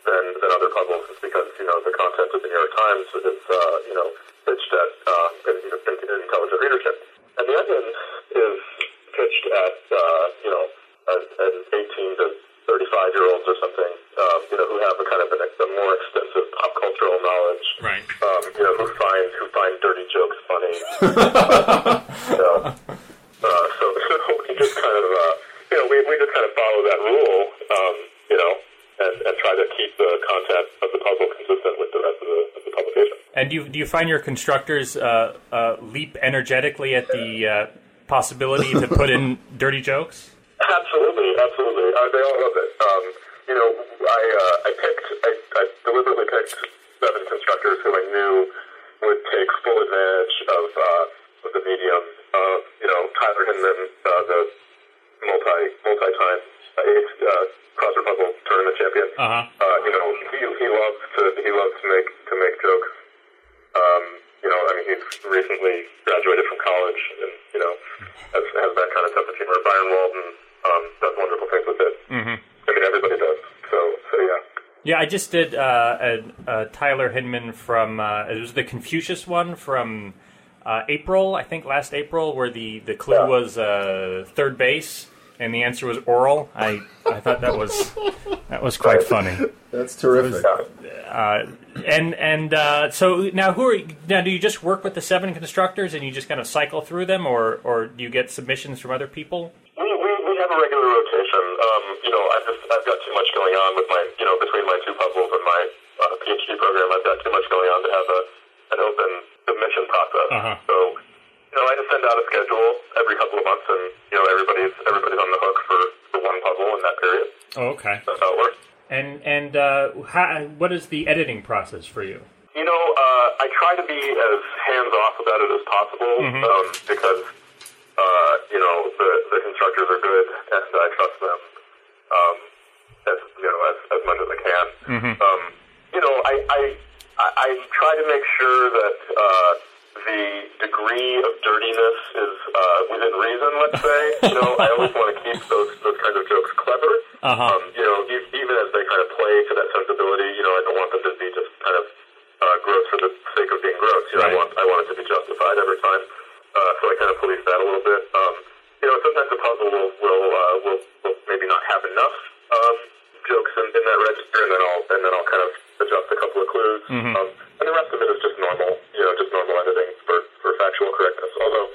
Speaker 3: than, than other puzzles is because, you know, the content of the New York Times is, uh, you know, pitched at uh, in, in, in intelligent readership. And the Onion is pitched at, uh, you know, at, at 18 to 35 year olds or something, um, you know, who have a kind of an, a more extensive pop cultural knowledge.
Speaker 2: Right.
Speaker 3: Um, you know, who find, who find dirty jokes funny. so, uh, so, so we just kind of, uh, you know, we, we just kind of follow that
Speaker 2: do you find your constructors uh, uh, leap energetically at the uh, possibility to put in dirty jokes?
Speaker 3: Absolutely, absolutely. Uh, they all love it. Um, you know, I uh, I picked I, I deliberately picked seven constructors who I knew would take full advantage of uh, of the medium of you know Tyler Hinman, uh, the multi multi time uh, eighth uh, crossword puzzle tournament champion.
Speaker 2: Uh-huh.
Speaker 3: Uh, you know, he he loves to he loves to make to make jokes. Um, you know, I mean, he's recently graduated from college, and you know, has, has that kind of sense of humor. Byron Walden um, does wonderful things with it. Mm-hmm. I mean, everybody does. So, so yeah.
Speaker 2: Yeah, I just did uh, a, a Tyler Hinman from uh, it was the Confucius one from uh, April, I think last April, where the the clue
Speaker 3: Yeah.
Speaker 2: was uh, third base and the answer was oral. I I thought that was that was quite funny.
Speaker 4: That's terrific.
Speaker 3: yeah.
Speaker 2: And and uh, so now who are you, now do you just work with the seven constructors and you just kind of cycle through them, or or do you get submissions from other people?
Speaker 3: We, we we have a regular rotation. Um, you know, I've just I've got too much going on with my you know between my two puzzles and my uh, PhD program. I've got too much going on to have a an open submission process.
Speaker 2: Uh-huh.
Speaker 3: So. You know, I just send out a schedule every couple of months, and you know everybody's everybody's on the hook for, for one puzzle in that period.
Speaker 2: Oh, okay.
Speaker 3: That's how it works.
Speaker 2: And and uh, how, what is the editing process for you?
Speaker 3: You know, uh, I try to be as hands off about it as possible um, because uh, you know the, the constructors are good and I trust them um, as you know as, as much as I can.
Speaker 2: Mm-hmm.
Speaker 3: Um, you know, I, I I I try to make sure that uh, the degree of dirtiness is uh, within reason. Let's say you know I always want to keep those those kinds of jokes clever.
Speaker 2: Uh-huh.
Speaker 3: Um, you know, e- even as they kind of play to that sensibility, you know, I don't want them to be just kind of uh, gross for the sake of being gross. You
Speaker 2: Right.
Speaker 3: know, I want I want it to be justified every time, uh, so I kind of police that a little bit. Um, you know, sometimes the puzzle will will, uh, will, will maybe not have enough um, jokes in, in that register, and then I'll and then I'll kind of adjust a couple of clues,
Speaker 2: Mm-hmm.
Speaker 3: um, and the rest of it is just normal, you know, just normal editing for, for factual correctness. Although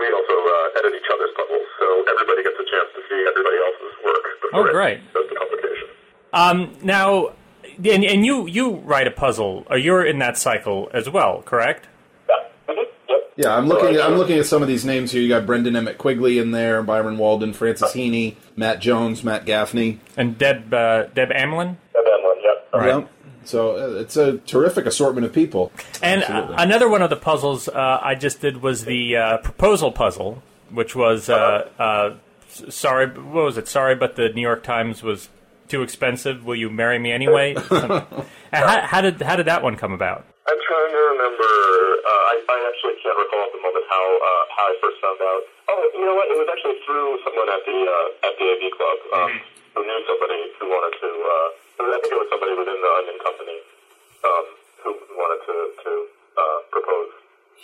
Speaker 3: we also uh, edit each other's puzzles, so everybody gets a chance to see everybody else's work before
Speaker 2: Oh, great.
Speaker 3: it goes to publication.
Speaker 2: Um, now, and, and you you write a puzzle, or you're in that cycle as well, correct?
Speaker 3: Yeah. Mhm. Yep.
Speaker 4: Yeah, I'm looking.
Speaker 3: Right.
Speaker 4: At, I'm looking at some of these names here. You got Brendan Emmett Quigley in there, Byron Walden, Francis Heaney, Matt Jones, Matt Gaffney.
Speaker 2: And Deb uh, Deb Amlin.
Speaker 3: And then one. Yep.
Speaker 4: Yep. So uh, it's a terrific assortment of people.
Speaker 2: And
Speaker 4: Absolutely.
Speaker 2: uh, another one of the puzzles uh, I just did was the uh, proposal puzzle, which was uh, uh, s- sorry, what was it? Sorry, but the New York Times was too expensive. Will you marry me anyway? Some- and how, how did how did that one come about?
Speaker 3: I'm trying to remember. Uh, I, I actually can't recall at the moment how uh, how I first found out. Oh, you know what? It was actually through someone at the uh, at the AV club um, who knew somebody who wanted to. Uh, I think it was somebody within the Onion Company um, who wanted to to uh, propose.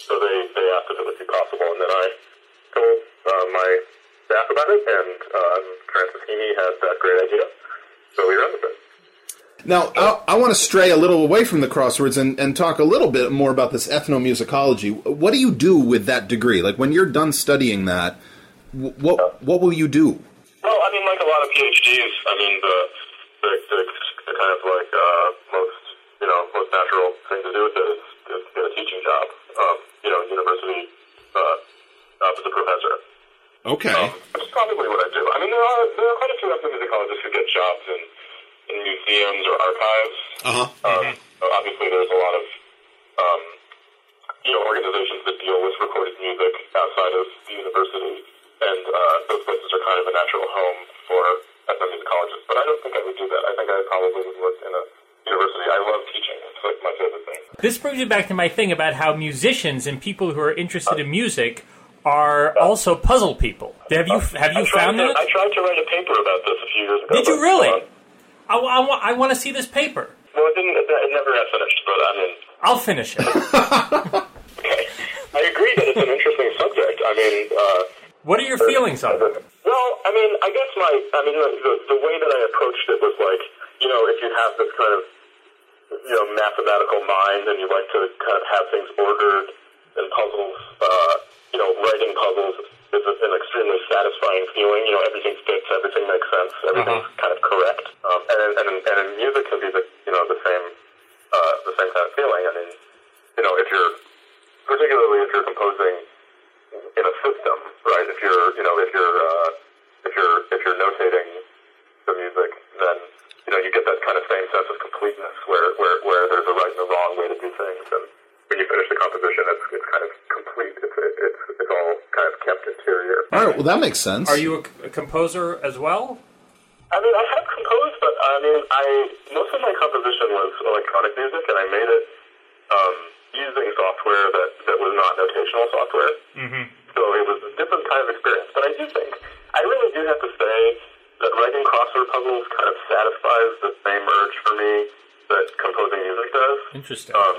Speaker 3: So they they asked if it would be possible, and then I told uh, my staff about it, and um, Francis Heaney had that great idea, so we ran with it.
Speaker 4: Now, I, I want to stray a little away from the crosswords and, and talk a little bit more about this ethnomusicology. What do you do with that degree? Like when you're done studying that, wh- what what will you do?
Speaker 3: Well, I mean, like a lot of PhDs, I mean, the the, the, the kind of like uh, most you know most natural thing to do with it is, is get a teaching job. Um, you know, university uh, job as a professor.
Speaker 4: Okay.
Speaker 3: That's probably what I do. I mean, there are there are quite a few ethnomusicologists who get jobs in in museums or archives.
Speaker 2: Uh-huh.
Speaker 4: Uh huh.
Speaker 3: Um,
Speaker 2: Mm-hmm.
Speaker 3: obviously, there's a lot of um, you know organizations that deal with recorded music outside of the university, and uh, those places are kind of a natural home for ethnomusicologists. But I don't think I would do that. I think I probably would work in a university. I love teaching; it's like my favorite thing.
Speaker 2: This brings me back to my thing about how musicians and people who are interested in music are also puzzle people. Have you have
Speaker 3: I
Speaker 2: you found
Speaker 3: tried
Speaker 2: that?
Speaker 3: to, I tried to write a paper about this a few years ago.
Speaker 2: Did you
Speaker 3: but,
Speaker 2: really?
Speaker 3: uh,
Speaker 2: I, wa- I, wa- I want to see this paper.
Speaker 3: well, it didn't. It, it never got finished, but I mean.
Speaker 2: I'll finish it.
Speaker 3: Okay. I agree that it's an interesting subject. I mean, uh,
Speaker 2: What are your feelings on it?
Speaker 3: well, I mean, I guess my, I mean, the, the, the way that I approached it was like, you know, if you have this kind of, you know, mathematical mind and you like to kind of have things ordered and puzzles, uh, you know, writing puzzles is an extremely satisfying feeling. You know, everything fits, everything makes sense, everything's kind of correct. Um, and, and, and in music can be the, you know, the same, uh, the same kind of feeling. I mean, you know, if you're particularly if you're composing in a system, right? If you're, you know, if you're uh, if you're if you're notating the music, then you know you get that kind of same sense of completeness where where, where there's a right and a wrong way to do things, and when you finish the composition, it's, it's kind of complete. It's it, it's it's all kind of kept interior.
Speaker 4: All right, well, that makes sense.
Speaker 2: Are you a, c- a composer as well?
Speaker 3: I mean, I have composed, but I mean, I most of my composition was electronic music, and I made it um, using software that that was not notational software. Mm-hmm. So it was a different kind of experience. But I do think I really do have to say that writing crossword puzzles kind of satisfies the same urge for me that composing music does.
Speaker 2: Interesting.
Speaker 3: Um,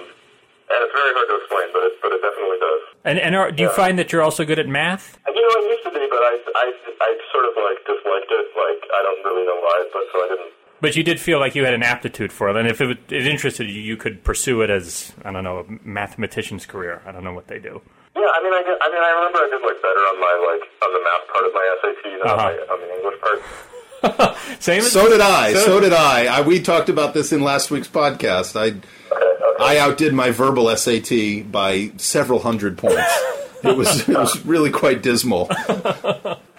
Speaker 3: and it's very hard to explain, but it, but it definitely does.
Speaker 2: And and are, do you find that you're also good at math?
Speaker 3: You know, I used to be, but I, I, I sort of like disliked it. Like I don't really know why, but so I didn't.
Speaker 2: But you did feel like you had an aptitude for it, and if it, would- it interested you, you could pursue it as I don't know a mathematician's career. I don't know what they do.
Speaker 3: Yeah, I mean, I, did, I mean, I remember I did like better on my like on the math part of my SAT than on,
Speaker 2: Uh-huh.
Speaker 3: my, on the English part.
Speaker 2: Same as
Speaker 4: So did I. So, did I. I. We talked about this in last week's podcast. I I outdid my verbal SAT by several hundred points. it was it was really quite dismal.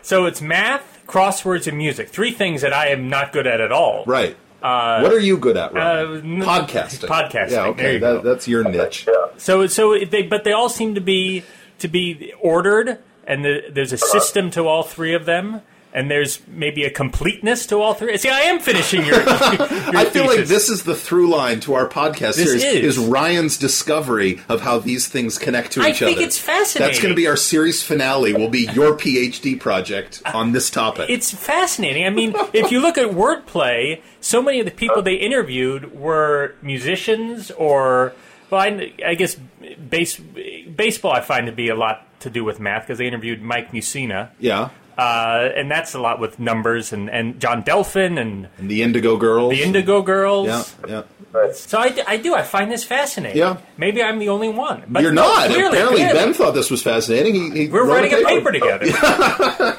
Speaker 2: so it's math, crosswords, and music. Three things that I am not good at at all.
Speaker 4: Right. what are you good at, Ryan?
Speaker 2: uh, n-
Speaker 4: podcasting.
Speaker 2: podcasting.
Speaker 4: Yeah,
Speaker 2: There
Speaker 4: okay.
Speaker 2: you
Speaker 4: That, that's your niche.
Speaker 2: So so it- they but they all seem to be to be ordered, and the, there's a system to all three of them. And there's maybe a completeness to all three. See, I am finishing your. your
Speaker 4: I feel like
Speaker 2: thesis.
Speaker 4: this is the through line to our podcast
Speaker 2: This
Speaker 4: series
Speaker 2: is.
Speaker 4: Ryan's discovery of how these things connect to
Speaker 2: I
Speaker 4: each other.
Speaker 2: think it's fascinating.
Speaker 4: That's going to be our series finale. Will be your PhD project on this topic.
Speaker 2: it's fascinating. I mean, if you look at wordplay, so many of the people they interviewed were musicians or, well, I, I guess base, baseball I find to be a lot to do with math because they interviewed Mike Mussina,
Speaker 4: yeah.
Speaker 2: uh, and that's a lot with numbers and, and John Delphin and
Speaker 4: And the Indigo Girls.
Speaker 2: the Indigo Girls.
Speaker 4: Yeah. Yeah.
Speaker 2: So I, d- I do I find this fascinating.
Speaker 4: Yeah.
Speaker 2: Maybe I'm the only one. But
Speaker 4: You're
Speaker 2: no,
Speaker 4: not.
Speaker 2: Clearly,
Speaker 4: Apparently,
Speaker 2: clearly.
Speaker 4: Ben thought this was fascinating. He, he
Speaker 2: We're
Speaker 4: wrote
Speaker 2: writing a paper together.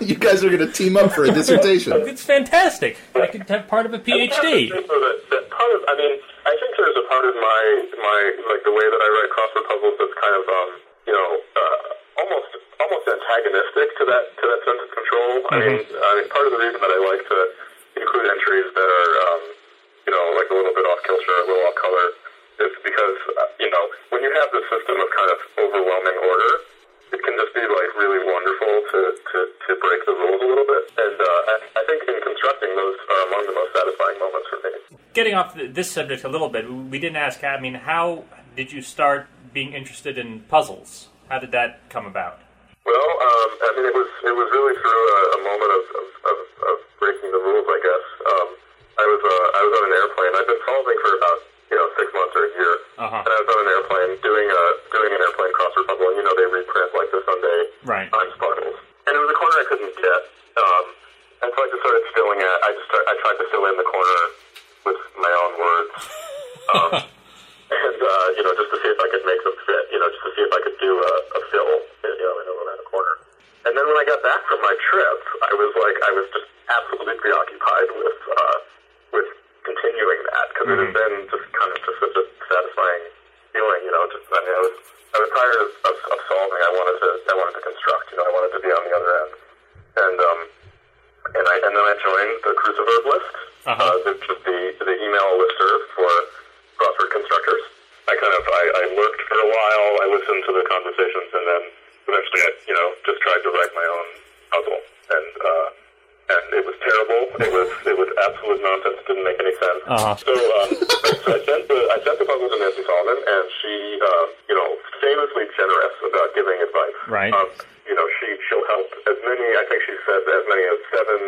Speaker 4: you guys are going to team up for a dissertation.
Speaker 2: It's fantastic. I could have part of a PhD.
Speaker 3: So that, that part of, I mean, I think there's a part of my my like the way that I write crossword puzzles that's kind of um, you know uh, almost almost antagonistic to that to that sense of control. I mean, I mean, part of the reason that I like to include entries that are um, you know like a little bit off kilter, a little off color, is because uh, you know when you have this system of kind of overwhelming order. It can just be like really wonderful to, to, to break the rules a little bit, and uh, I, I think in constructing those are among the most satisfying moments for me.
Speaker 2: getting off th- this subject a little bit, we didn't ask. I mean, how did you start being interested in puzzles? How did that come about?
Speaker 3: Well, um, I mean, it was it was really through a, a moment of, of, of, of breaking the rules, I guess. Um, I was uh, I was on an airplane. I've been solving for about you know six months or a year,
Speaker 2: Uh-huh.
Speaker 3: and I was on an airplane doing a doing an airplane crossword puzzle. And you know they reprint like this Sunday
Speaker 2: Right.
Speaker 3: on Sparkles, and it was a corner I couldn't get. Um, and so I just started filling it. I just start, I tried to fill in the corner with my own words. Um, And uh, you know, just to see if I could make them fit, you know, just to see if I could do a, a fill, you know, in a around the corner. And then when I got back from my trip, I was like, I was just absolutely preoccupied with uh, with continuing that because it had been just kind of just such a satisfying feeling, you know. Just I mean, I was I was tired of, of, of solving. I wanted to I wanted to construct, you know, I wanted to be on the other end. And um, and I and then I joined the Cruciverb list, uh
Speaker 2: Uh-huh.
Speaker 3: which is the the email listserv for crossword constructors. I kind of I, I lurked for a while. I listened to the conversations, and then eventually, I, you know, just tried to write my own puzzle, and uh, and it was terrible. It was it was absolute nonsense. Didn't make any sense.
Speaker 2: Uh-huh.
Speaker 3: So, um, so I sent the I sent the puzzle to Nancy Solomon, and she, um, you know, famously generous about giving advice.
Speaker 2: Right.
Speaker 3: Um, you know, she she'll help as many. I think she said as many as seven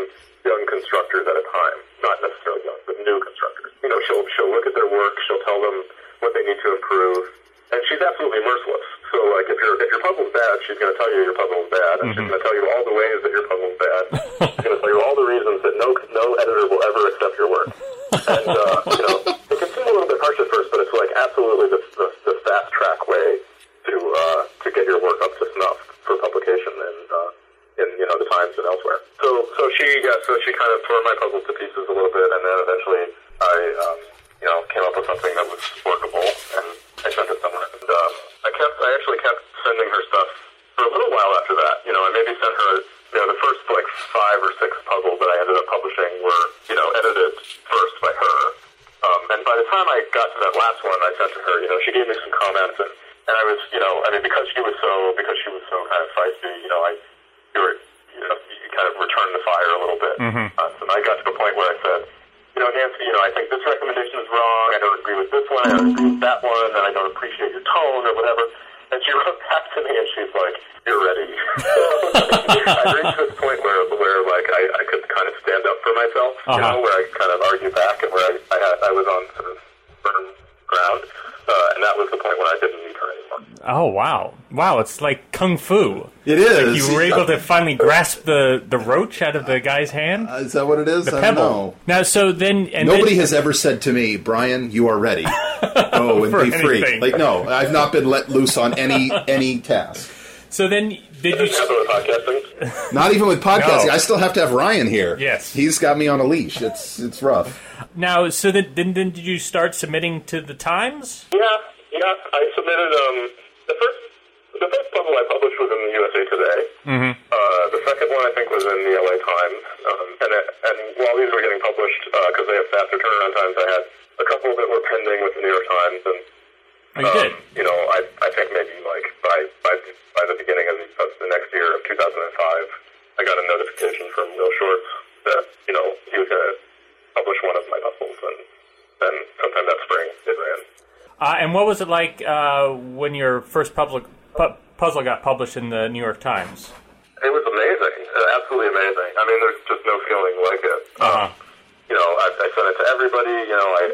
Speaker 3: young constructors at a time. Not necessarily young, but new constructors. You know, she'll she'll look at their work. She'll tell them what they need to improve, and she's absolutely merciless. So, like, if your if your puzzle's bad, she's going to tell you your puzzle's bad, and she's going to tell you all the ways that your puzzle's bad. she's going to tell you all the reasons that no no editor will ever accept your work. And uh, you know, it can seem a little bit harsh at first, but it's like absolutely the the, the fast track way to uh, to get your work up to snuff for publication in uh, in you know the Times and elsewhere. So so she yeah, so she kind of tore my puzzle to pieces a little bit, and then eventually I um, you know came up with something that was workable, and I sent it somewhere. And, um, while after that. You know, I maybe sent her. You know, the first like five or six puzzles that I ended up publishing were you know edited first by her. Um, and by the time I got to that last one, I sent to her. You know, she gave me some comments, and and I was you know, I mean, because she was so because she was so kind of feisty. You know, I you were you know you kind of returned the fire a little bit. Uh, so I got to the point where I said, you know, Nancy, you know, I think this recommendation is wrong. I don't agree with this one. I don't agree with that one. And I don't appreciate your tone or whatever. And she wrote back to me, and she's like, "You're ready." I reached this point where, where like I, I could kind of stand up for myself, you
Speaker 2: Uh-huh.
Speaker 3: know, where I could kind of argue back, and where I, I, had, I was on sort of firm ground. Uh, and that was the point where I didn't need her anymore.
Speaker 2: Oh wow, wow! It's like kung fu.
Speaker 4: It is.
Speaker 2: You were able to finally grasp the the roach out of the guy's hand.
Speaker 4: Is that what it is? I Uh, don't know.
Speaker 2: Pebble. Now, so then, and
Speaker 4: Nobody
Speaker 2: then,
Speaker 4: has ever said to me, Brian, you are ready. Go and
Speaker 2: For
Speaker 4: be free.
Speaker 2: anything.
Speaker 4: Like no, I've not been let loose on any any task.
Speaker 2: So then, did you?
Speaker 3: Does that happen with podcasting?
Speaker 4: Not even with podcasting.
Speaker 2: No.
Speaker 4: I still have to have Ryan here.
Speaker 2: Yes.
Speaker 4: he's got me on a leash. It's it's rough.
Speaker 2: Now, so then, then, then did you start submitting to the Times?
Speaker 3: Yeah, yeah. I submitted um, the first the first puzzle I published was in the USA Today. Mm-hmm. Uh, the second one I think was in the LA Times. Um, and it, and while these were getting published, because they have faster turnaround times, I had a couple that were pending with the New York Times, and
Speaker 2: Oh, you
Speaker 3: um,
Speaker 2: did.
Speaker 3: you know, I I think maybe like by by by the beginning of the, of the next year of 2005, I got a notification from Will Shorts that you know he was going to publish one of my puzzles, and then sometime that spring it ran.
Speaker 2: Uh, and what was it like uh, when your first public pu- puzzle got published in the New York Times?
Speaker 3: It was amazing, uh, absolutely amazing. I mean, there's just no feeling like it.
Speaker 2: Uh-huh.
Speaker 3: You know, I, I sent it to everybody. You know, I,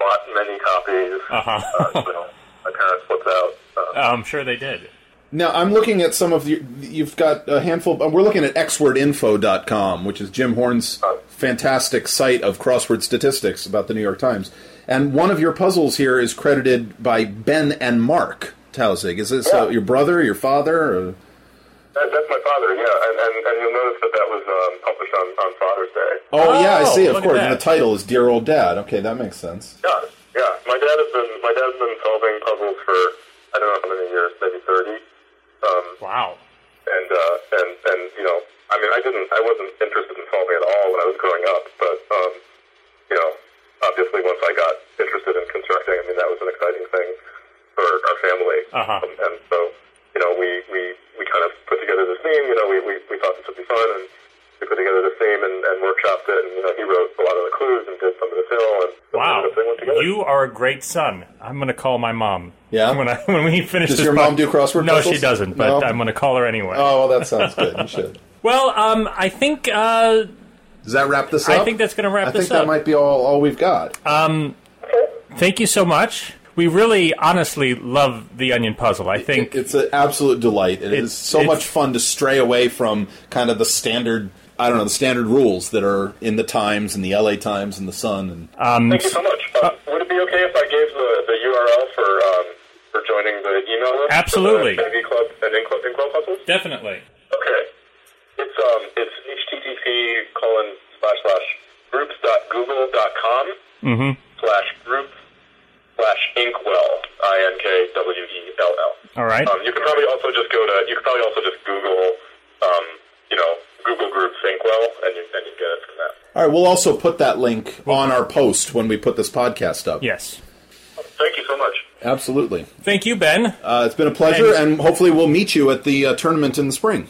Speaker 3: I bought many copies.
Speaker 2: Uh-huh.
Speaker 3: Uh, you know, my parents flipped out. Uh,
Speaker 2: I'm sure they did.
Speaker 4: Now I'm looking at some of your. You've got a handful. uh, We're looking at xwordinfo.com, which is Jim Horn's
Speaker 2: Oh.
Speaker 4: fantastic site of crossword statistics about the New York Times. And one of your puzzles here is credited by Ben and Mark Tausig. Is this uh,
Speaker 3: Yeah.
Speaker 4: your brother, your father? Or?
Speaker 3: that, that's my father. Yeah, and, and, and you'll notice that that was um, published on, on Father's Day.
Speaker 4: Oh, yeah, I see. Of
Speaker 2: look at
Speaker 4: course,
Speaker 2: that.
Speaker 4: and the title is "Dear Old Dad." Okay, that makes sense.
Speaker 3: Yeah, yeah. My dad has been my dad's been solving puzzles for I don't know how many years, maybe thirty. Um,
Speaker 2: Wow.
Speaker 3: and uh, and and you know, I mean, I didn't, I wasn't interested in solving at all when I was growing up, but um, you know, obviously once I got interested in constructing, I mean, that was an exciting thing for our family,
Speaker 2: Uh-huh.
Speaker 3: um, and so you know, we we we kind of put together this theme. You know, we we, we thought this would be fun, and we put together this theme and, and workshopped it, and you know, he wrote a lot of the clues and did some of the fill, and so
Speaker 2: Wow.
Speaker 3: the thing went together.
Speaker 2: You are a great son. I'm going to call my mom.
Speaker 4: Yeah?
Speaker 2: When I, when we finish
Speaker 4: Does
Speaker 2: this
Speaker 4: your mom
Speaker 2: pod-
Speaker 4: do crossword
Speaker 2: No,
Speaker 4: puzzles?
Speaker 2: she doesn't. But
Speaker 4: No?
Speaker 2: I'm going to call her anyway.
Speaker 4: Oh, well, that sounds good. You should.
Speaker 2: Well, um, I think uh,
Speaker 4: Does that wrap this up?
Speaker 2: I think that's going to wrap
Speaker 4: I
Speaker 2: this
Speaker 4: think that
Speaker 2: up.
Speaker 4: might be all, all we've got.
Speaker 2: Thank you so much. We really, honestly love the onion puzzle. I think
Speaker 4: It's an absolute delight. it is
Speaker 2: It's-
Speaker 4: so
Speaker 2: it's-
Speaker 4: much fun to stray away from kind of the standard. I don't know the standard rules that are in the Times and the LA Times and the Sun. And
Speaker 2: Uh,
Speaker 3: Thank you so much. Um, would it be okay if I gave the, the URL for um, for joining the email list?
Speaker 2: Absolutely.
Speaker 3: For the Navy Club and Incl- Incl- Puzzles?
Speaker 2: definitely.
Speaker 3: Okay. It's um it's http colon slash slash groups dot google dot com slash group slash inkwell i n k w e l l.
Speaker 2: All right.
Speaker 3: Um, you can probably also just go to you can probably also just Google um, you know Google groups inkwell and you and you get it from that.
Speaker 4: all right, we'll also put that link on our post when we put this podcast up.
Speaker 2: Yes.
Speaker 3: Thank you so much.
Speaker 4: absolutely.
Speaker 2: Thank you, Ben.
Speaker 4: Uh, it's been a pleasure,
Speaker 2: Thanks.
Speaker 4: and hopefully we'll meet you at the uh, tournament in the spring.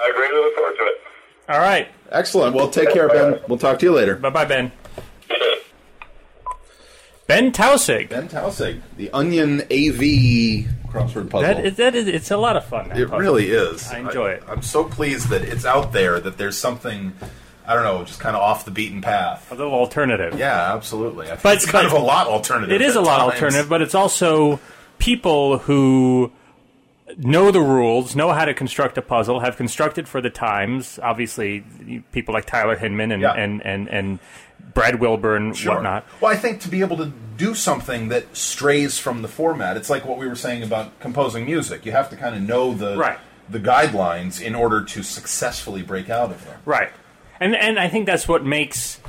Speaker 3: I greatly look forward to it.
Speaker 2: All right.
Speaker 4: Excellent. Well, take care, Ben. We'll talk to you later.
Speaker 2: Bye, bye, Ben. Ben Tausig.
Speaker 4: Ben Tausig, the Onion AV crossword puzzle.
Speaker 2: That is, that is, it's a lot of fun. that
Speaker 1: It
Speaker 2: puzzle.
Speaker 1: really is.
Speaker 2: I enjoy it.
Speaker 1: I'm so pleased that it's out there, that there's something, I don't know, just kind of off the beaten path.
Speaker 2: a little alternative.
Speaker 1: Yeah, absolutely. I think
Speaker 2: But-
Speaker 1: it's kind
Speaker 2: but-
Speaker 1: of a lot alternative.
Speaker 2: It is
Speaker 1: at
Speaker 2: a lot
Speaker 1: times.
Speaker 2: alternative, but it's also people who know the rules, know how to construct a puzzle, have constructed for the times. Obviously, you- people like Tyler Hinman and
Speaker 1: Yeah.
Speaker 2: and, and, and Brad Wilburn,
Speaker 1: Sure.
Speaker 2: whatnot.
Speaker 1: Well, I think to be able to do something that strays from the format, it's like what we were saying about composing music. You have to kind of know the
Speaker 2: Right.
Speaker 1: the guidelines in order to successfully break out of them.
Speaker 2: Right. And and I think that's what makes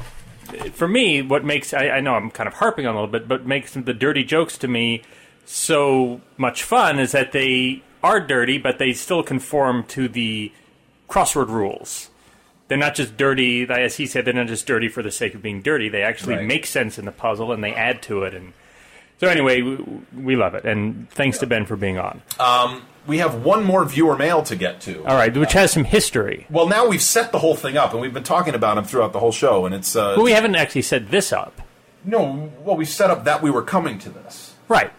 Speaker 2: for me what makes I, I know I'm kind of harping on it a little bit, but makes the dirty jokes to me so much fun is that they are dirty, but they still conform to the crossword rules. They're not just dirty, as he said, they're not just dirty for the sake of being dirty. They actually
Speaker 1: Right.
Speaker 2: make sense in the puzzle and they add to it. And so, anyway, we, we love it. And thanks to Ben for being on.
Speaker 1: We have one more viewer mail to get to.
Speaker 2: All right, which has some history.
Speaker 1: Well, now we've set the whole thing up, and we've been talking about him throughout the whole show, and it's uh,
Speaker 2: But we haven't actually set this up.
Speaker 1: no. Well, we set up that we were coming to this.
Speaker 2: Right.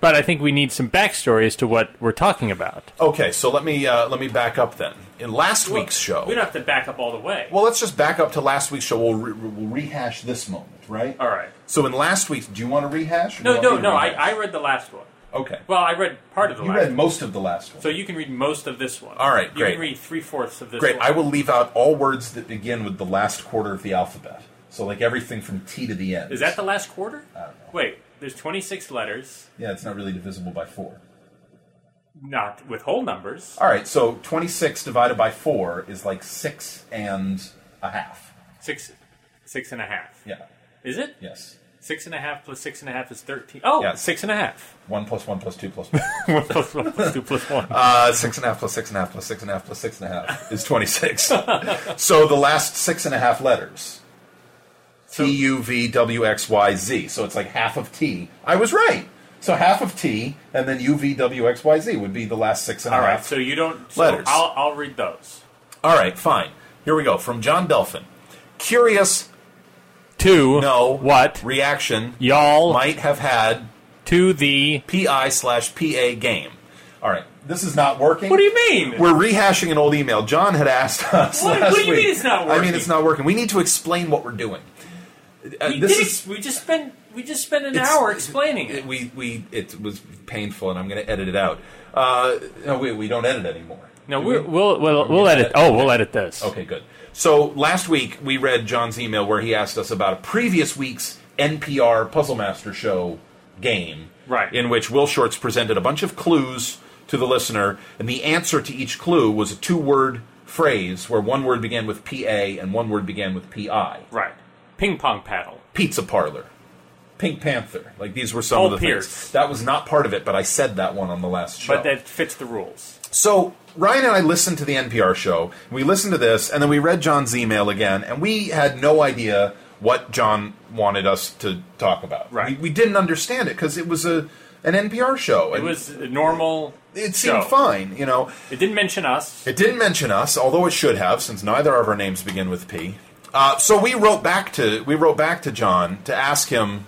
Speaker 2: But I think we need some backstory as to what we're talking about.
Speaker 1: Okay, so let me uh, let me back up then. In last week's show,
Speaker 2: We don't have to back up all the way.
Speaker 1: well, let's just back up to last week's show. We'll, re- we'll rehash this moment, right?
Speaker 2: all right.
Speaker 1: So in last week's, do you want to rehash? or do
Speaker 2: No,
Speaker 1: you
Speaker 2: no,
Speaker 1: want me
Speaker 2: no.
Speaker 1: to
Speaker 2: I,
Speaker 1: rehash?
Speaker 2: I read the last one.
Speaker 1: okay.
Speaker 2: Well, I read part of the
Speaker 1: you
Speaker 2: last
Speaker 1: read
Speaker 2: one.
Speaker 1: most of the last one.
Speaker 2: So you can read most of this one.
Speaker 1: All right,
Speaker 2: You
Speaker 1: great.
Speaker 2: can read three fourths of this
Speaker 1: Great.
Speaker 2: one.
Speaker 1: I will leave out all words that begin with the last quarter of the alphabet. So like everything from T to the end.
Speaker 2: Is that the last quarter? I don't know. Wait, there's 26 letters,
Speaker 1: Yeah, it's not really divisible by four.
Speaker 2: not with whole numbers.
Speaker 1: All right, so 26 divided by 4 is like 6 and a half.
Speaker 2: Six, six and a half.
Speaker 1: Yeah,
Speaker 2: Is it?
Speaker 1: yes.
Speaker 2: Six and a half plus six and a half is 13. Oh,
Speaker 1: Yeah.
Speaker 2: six and a half.
Speaker 1: 1 plus 1 plus 2 plus 1.
Speaker 2: One plus one plus two plus one.
Speaker 1: uh, 6 and a half plus 6 and a half plus 6 and a half plus 6 and a half is 26. so the last 6 and a half letters.
Speaker 2: So-
Speaker 1: T, U, V, W, X, Y, Z. So it's like half of T. I was right. So half of T and then U, V, W, X, Y, Z would be the last six and a
Speaker 2: All
Speaker 1: half.
Speaker 2: right, so you don't. So
Speaker 1: Letters.
Speaker 2: I'll, I'll read those.
Speaker 1: All right, fine. Here we go. From John Delphin. Curious,
Speaker 2: Two.
Speaker 1: no.
Speaker 2: What?
Speaker 1: Reaction
Speaker 2: y'all
Speaker 1: might have had
Speaker 2: to the.
Speaker 1: PI slash PA game. All right, this is not working.
Speaker 2: What do you mean?
Speaker 1: We're rehashing an old email. John had asked us
Speaker 2: What- what
Speaker 1: last
Speaker 2: do you mean
Speaker 1: week.
Speaker 2: it's not
Speaker 1: I mean,
Speaker 2: working?
Speaker 1: it's not working. We need to explain what we're doing. Uh,
Speaker 2: we,
Speaker 1: this
Speaker 2: did
Speaker 1: is
Speaker 2: ex- we just spent we just spent an
Speaker 1: It's-
Speaker 2: hour explaining it.
Speaker 1: we we it was painful, and I'm going to edit it out. Uh, no, we we don't edit anymore.
Speaker 2: No,
Speaker 1: Do
Speaker 2: we're,
Speaker 1: we?
Speaker 2: we'll we'll
Speaker 1: we
Speaker 2: we'll
Speaker 1: gonna
Speaker 2: edit.
Speaker 1: edit?
Speaker 2: Oh, we'll edit this.
Speaker 1: Okay, good. So last week we read John's email where he asked us about a previous week's NPR Puzzle Master Show game,
Speaker 2: Right.
Speaker 1: In which Will Shorts presented a bunch of clues to the listener, and the answer to each clue was a two-word phrase where one word began with PA and one word began with PI.
Speaker 2: Right. Ping pong paddle.
Speaker 1: Pizza parlor, Pink Panther. Like these were some
Speaker 2: Paul
Speaker 1: of the
Speaker 2: Pierce.
Speaker 1: things that was not part of it, but I said that one on the last show.
Speaker 2: But that fits the rules.
Speaker 1: So Ryan and I listened to the NPR show. We listened to this, and then we read John's email again, and we had no idea what John wanted us to talk about.
Speaker 2: Right.
Speaker 1: We, we didn't understand it because it was a an NPR show.
Speaker 2: It was a normal.
Speaker 1: It seemed
Speaker 2: show.
Speaker 1: fine, you know.
Speaker 2: It didn't mention us.
Speaker 1: It didn't mention us, although it should have, since neither of our names begin with P. Uh, so we wrote back to we wrote back to John to ask him,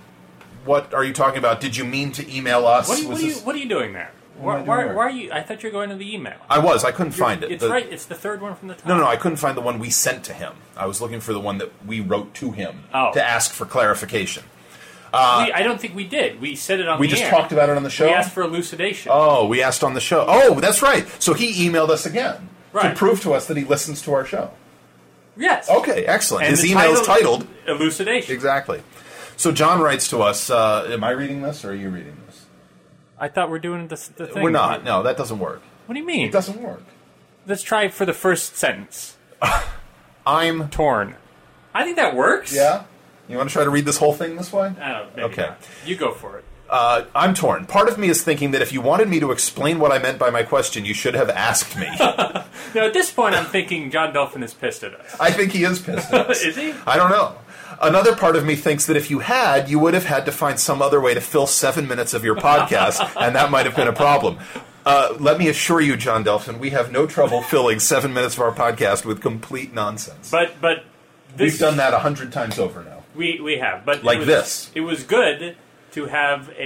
Speaker 1: "What are you talking about? Did you mean to email us?"
Speaker 2: What are you,
Speaker 1: Was
Speaker 2: what are you,
Speaker 1: this-
Speaker 2: what are you doing there?
Speaker 1: am I
Speaker 2: Why,
Speaker 1: doing
Speaker 2: why,
Speaker 1: there?
Speaker 2: why are you? I thought you were going to the email.
Speaker 1: I was. I couldn't find it.
Speaker 2: It's
Speaker 1: The-
Speaker 2: right. It's the third one from the top.
Speaker 1: No, no, I couldn't find the one we sent to him. I was looking for the one that we wrote to him
Speaker 2: Oh.
Speaker 1: to ask for clarification.
Speaker 2: we, I don't think we did. We said it on.
Speaker 1: uh, We
Speaker 2: the
Speaker 1: just
Speaker 2: air.
Speaker 1: talked about it on the show.
Speaker 2: Oh, We asked for elucidation.
Speaker 1: oh, we asked on the show. Oh, that's right. So he emailed us again to
Speaker 2: Right.
Speaker 1: prove to us that he listens to our show.
Speaker 2: yes.
Speaker 1: Okay, excellent.
Speaker 2: And
Speaker 1: His
Speaker 2: the
Speaker 1: email is
Speaker 2: title-
Speaker 1: titled
Speaker 2: "Elucidation."
Speaker 1: exactly. So John writes to us. Uh, am I reading this or are you reading this?
Speaker 2: I thought we're doing this, the thing.
Speaker 1: We're not. No, that doesn't work.
Speaker 2: What do you mean?
Speaker 1: It doesn't work.
Speaker 2: Let's try for the first sentence.
Speaker 1: I'm.
Speaker 2: Torn. I think that works.
Speaker 1: Yeah. You want to try to read this whole thing this way?
Speaker 2: I don't know, maybe
Speaker 1: Okay.
Speaker 2: not. You go for it.
Speaker 1: Uh, I'm torn. Part of me is thinking that if you wanted me to explain what I meant by my question, you should have asked me.
Speaker 2: Now, at this point, I'm thinking John Dolphin is pissed at us.
Speaker 1: I think he is pissed at us.
Speaker 2: Is he?
Speaker 1: I don't know. Another part of me thinks that if you had, you would have had to find some other way to fill seven minutes of your podcast, and that might have been a problem. Uh, let me assure you, John Delphin, we have no trouble filling seven minutes of our podcast with complete nonsense.
Speaker 2: But but this,
Speaker 1: We've done that a hundred times over now.
Speaker 2: We we have. But it
Speaker 1: Like
Speaker 2: was-
Speaker 1: this.
Speaker 2: It was good to have a,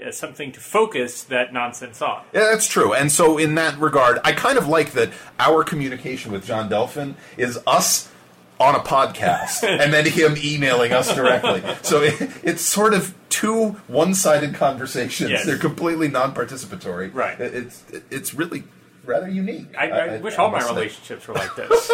Speaker 2: a a something to focus that nonsense on.
Speaker 1: Yeah, that's true. And so, in that regard, I kind of like that our communication with John Delphin is us on a podcast and then him emailing us directly. So it, it's sort of two one-sided conversations.
Speaker 2: Yes.
Speaker 1: They're completely non-participatory.
Speaker 2: Right.
Speaker 1: It- It's it- it's really rather unique.
Speaker 2: I, I, wish all my
Speaker 1: must say.
Speaker 2: relationships were like this.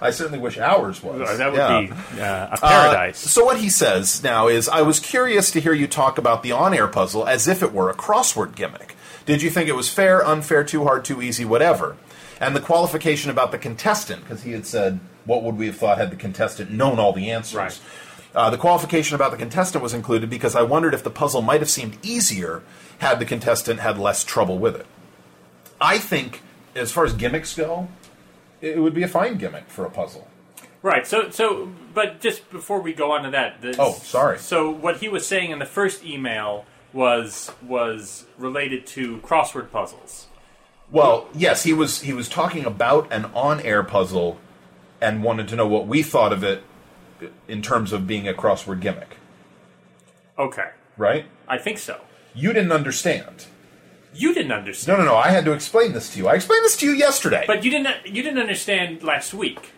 Speaker 1: I certainly wish ours was.
Speaker 2: that would
Speaker 1: Yeah.
Speaker 2: be uh, a
Speaker 1: Uh,
Speaker 2: paradise.
Speaker 1: so what he says now is, I was curious to hear you talk about the on-air puzzle as if it were a crossword gimmick. Did you think it was fair, unfair, too hard, too easy, whatever? And the qualification about the contestant, because he had said, what would we have thought had the contestant known all the answers?
Speaker 2: Right.
Speaker 1: Uh, the qualification about the contestant was included because I wondered if the puzzle might have seemed easier had the contestant had less trouble with it. I think, as far as gimmicks go, it would be a fine gimmick for a puzzle.
Speaker 2: Right. So, so, but just before we go on to that. The,
Speaker 1: Oh, sorry.
Speaker 2: So, what he was saying in the first email was was related to crossword puzzles.
Speaker 1: Well, yes, he was he was talking about an on-air puzzle and wanted to know what we thought of it in terms of being a crossword gimmick,
Speaker 2: Okay,
Speaker 1: right?
Speaker 2: I think so.
Speaker 1: You didn't understand.
Speaker 2: You didn't understand,
Speaker 1: No, no, no. I had to explain this to you. I explained this to you yesterday.
Speaker 2: but you didn't you didn't understand last week.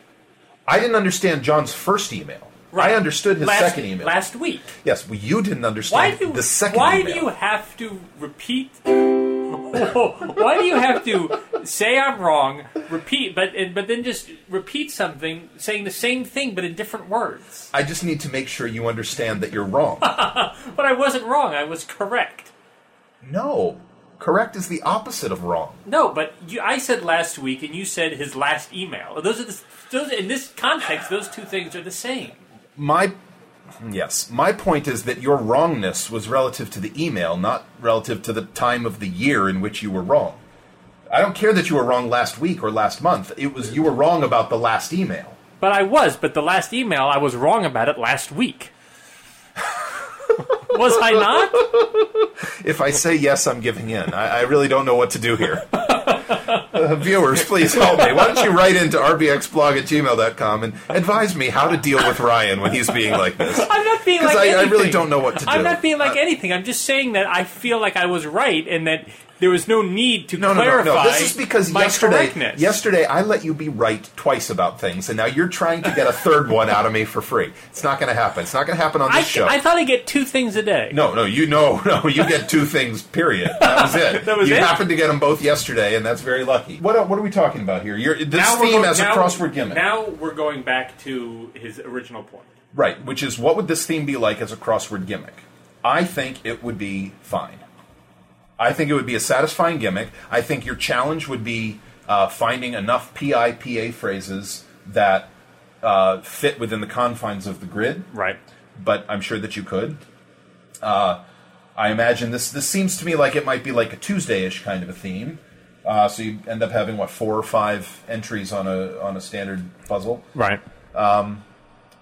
Speaker 1: I didn't understand John's first email.
Speaker 2: Right.
Speaker 1: I understood his
Speaker 2: last,
Speaker 1: second email.
Speaker 2: last week.
Speaker 1: yes, well, you didn't
Speaker 2: Why
Speaker 1: understand
Speaker 2: do
Speaker 1: the second
Speaker 2: why
Speaker 1: email.
Speaker 2: do you have to repeat? why do you have to say I'm wrong? Repeat, but but then just repeat something, saying the same thing but in different words.
Speaker 1: I just need to make sure you understand that you're wrong.
Speaker 2: But I wasn't wrong. I was correct.
Speaker 1: no. Correct is the opposite of wrong.
Speaker 2: No, but you, I said last week, and you said his last email. Those are the, those in this context. Those two things are the same.
Speaker 1: My yes, my point is that your wrongness was relative to the email, not relative to the time of the year in which you were wrong. I don't care that you were wrong last week or last month. It was you were wrong about the last email.
Speaker 2: But I was. But the last email, I was wrong about it last week. was I not?
Speaker 1: If I say yes, I'm giving in. I, I really don't know what to do here. Uh, viewers, please help me. Why don't you write into rbxblog at gmail.com and advise me how to deal with Ryan when he's being like this?
Speaker 2: I'm not being like
Speaker 1: Because I, I
Speaker 2: anything.
Speaker 1: really don't know what to do.
Speaker 2: I'm not being like anything. I'm just saying that I feel like I was right, and that there was no need to
Speaker 1: No, no, no,
Speaker 2: clarify.
Speaker 1: no. This is because
Speaker 2: my
Speaker 1: yesterday,
Speaker 2: correctness.
Speaker 1: yesterday I let you be right twice about things, and now you're trying to get a third one out of me for free. It's not going to happen. It's not going to happen on
Speaker 2: I,
Speaker 1: this show.
Speaker 2: I thought I get two things a day.
Speaker 1: no, no, you know, no, you get two things. Period. That was it.
Speaker 2: That was
Speaker 1: you
Speaker 2: it?
Speaker 1: happened to get them both yesterday, and that's very lucky. What what are we talking about here? You're, this
Speaker 2: Now we're
Speaker 1: theme
Speaker 2: go-
Speaker 1: as
Speaker 2: now-
Speaker 1: a crossword gimmick,
Speaker 2: Now we're going back to his original point.
Speaker 1: right? Which is what would this theme be like as a crossword gimmick? I think it would be fine. I think it would be a satisfying gimmick. I think your challenge would be uh, finding enough PIPA phrases that uh, fit within the confines of the grid,
Speaker 2: Right.
Speaker 1: but I'm sure that you could. Uh, I imagine this. This seems to me like it might be like a Tuesday-ish kind of a theme. Uh, so you end up having what four or five entries on a on a standard puzzle.
Speaker 2: Right.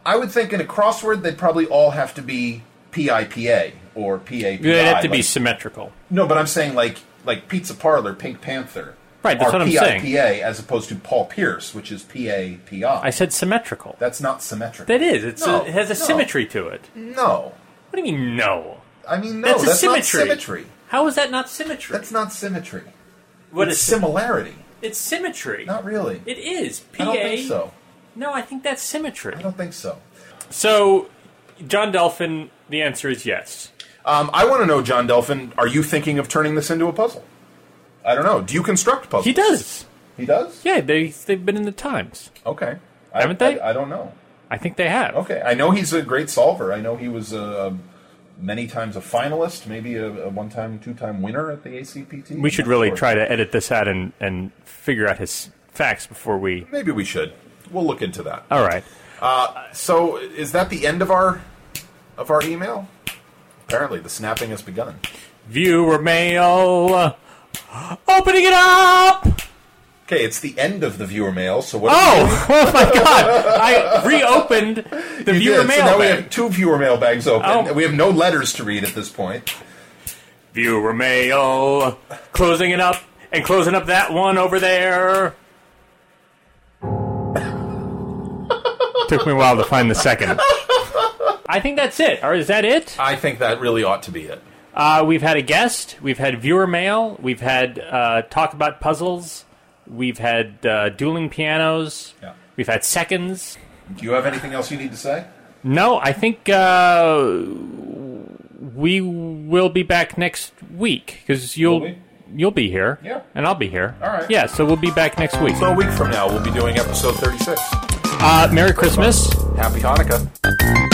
Speaker 1: I would think in a crossword they'd probably all have to be PIPA or PAPI.
Speaker 2: They have to be
Speaker 1: like-
Speaker 2: symmetrical.
Speaker 1: No, but I'm saying like like Pizza Parlor, Pink Panther.
Speaker 2: Right, that's
Speaker 1: are
Speaker 2: what I'm
Speaker 1: PIPA
Speaker 2: saying.
Speaker 1: as opposed to Paul Pierce, which is PAPI.
Speaker 2: I said symmetrical.
Speaker 1: that's not symmetrical.
Speaker 2: that is. It's
Speaker 1: No,
Speaker 2: it has a
Speaker 1: no.
Speaker 2: symmetry to it.
Speaker 1: No.
Speaker 2: What do you mean no?
Speaker 1: I mean, no,
Speaker 2: That's
Speaker 1: that's,
Speaker 2: a symmetry.
Speaker 1: not symmetry.
Speaker 2: How is that not symmetry?
Speaker 1: That's not symmetry.
Speaker 2: what
Speaker 1: it's
Speaker 2: is
Speaker 1: similarity.
Speaker 2: it's symmetry.
Speaker 1: Not really.
Speaker 2: It is. PA.
Speaker 1: I don't think so.
Speaker 2: No, I think that's symmetry.
Speaker 1: I don't think so.
Speaker 2: So, John Delphin, the answer is yes.
Speaker 1: Um, I want to know, John Delphin, are you thinking of turning this into a puzzle? I don't know. Do you construct puzzles?
Speaker 2: He does.
Speaker 1: He does?
Speaker 2: Yeah, they they've been in the Times.
Speaker 1: Okay.
Speaker 2: Haven't
Speaker 1: I,
Speaker 2: they?
Speaker 1: I, I don't know.
Speaker 2: I think they have.
Speaker 1: Okay, I know he's a great solver. I know he was uh, many times a finalist, maybe a, a one-time, two-time winner at the ACPT.
Speaker 2: We should really try to edit this out and, and figure out his facts before we.
Speaker 1: Maybe we should. We'll look into that.
Speaker 2: All right.
Speaker 1: So, is that the end of our of our email? Apparently, the snapping has begun.
Speaker 2: Viewer mail. Opening it up!
Speaker 1: Okay, it's the end of the viewer mail. So what?
Speaker 2: Oh! Oh my god! I reopened the
Speaker 1: You
Speaker 2: viewer
Speaker 1: did.
Speaker 2: mail.
Speaker 1: So now we
Speaker 2: bag.
Speaker 1: have two viewer mail bags open.
Speaker 2: Oh.
Speaker 1: We have no letters to read at this point.
Speaker 2: Viewer mail. Closing it up and closing up that one over there. Took me a while to find the second. I think that's it. Or is that it?
Speaker 1: I think that really ought to be it.
Speaker 2: Uh, we've had a guest. We've had viewer mail. We've had uh, talk about puzzles. We've had uh, dueling pianos.
Speaker 1: Yeah.
Speaker 2: We've had seconds.
Speaker 1: Do you have anything else you need to say?
Speaker 2: No, I think uh, we will be back next week because you'll
Speaker 1: Will we?
Speaker 2: you'll be here.
Speaker 1: Yeah.
Speaker 2: and I'll be here.
Speaker 1: All right.
Speaker 2: Yeah, so we'll be back next week.
Speaker 1: So a week from now, we'll be doing episode thirty-six.
Speaker 2: Uh, Merry Christmas.
Speaker 1: Happy Hanukkah.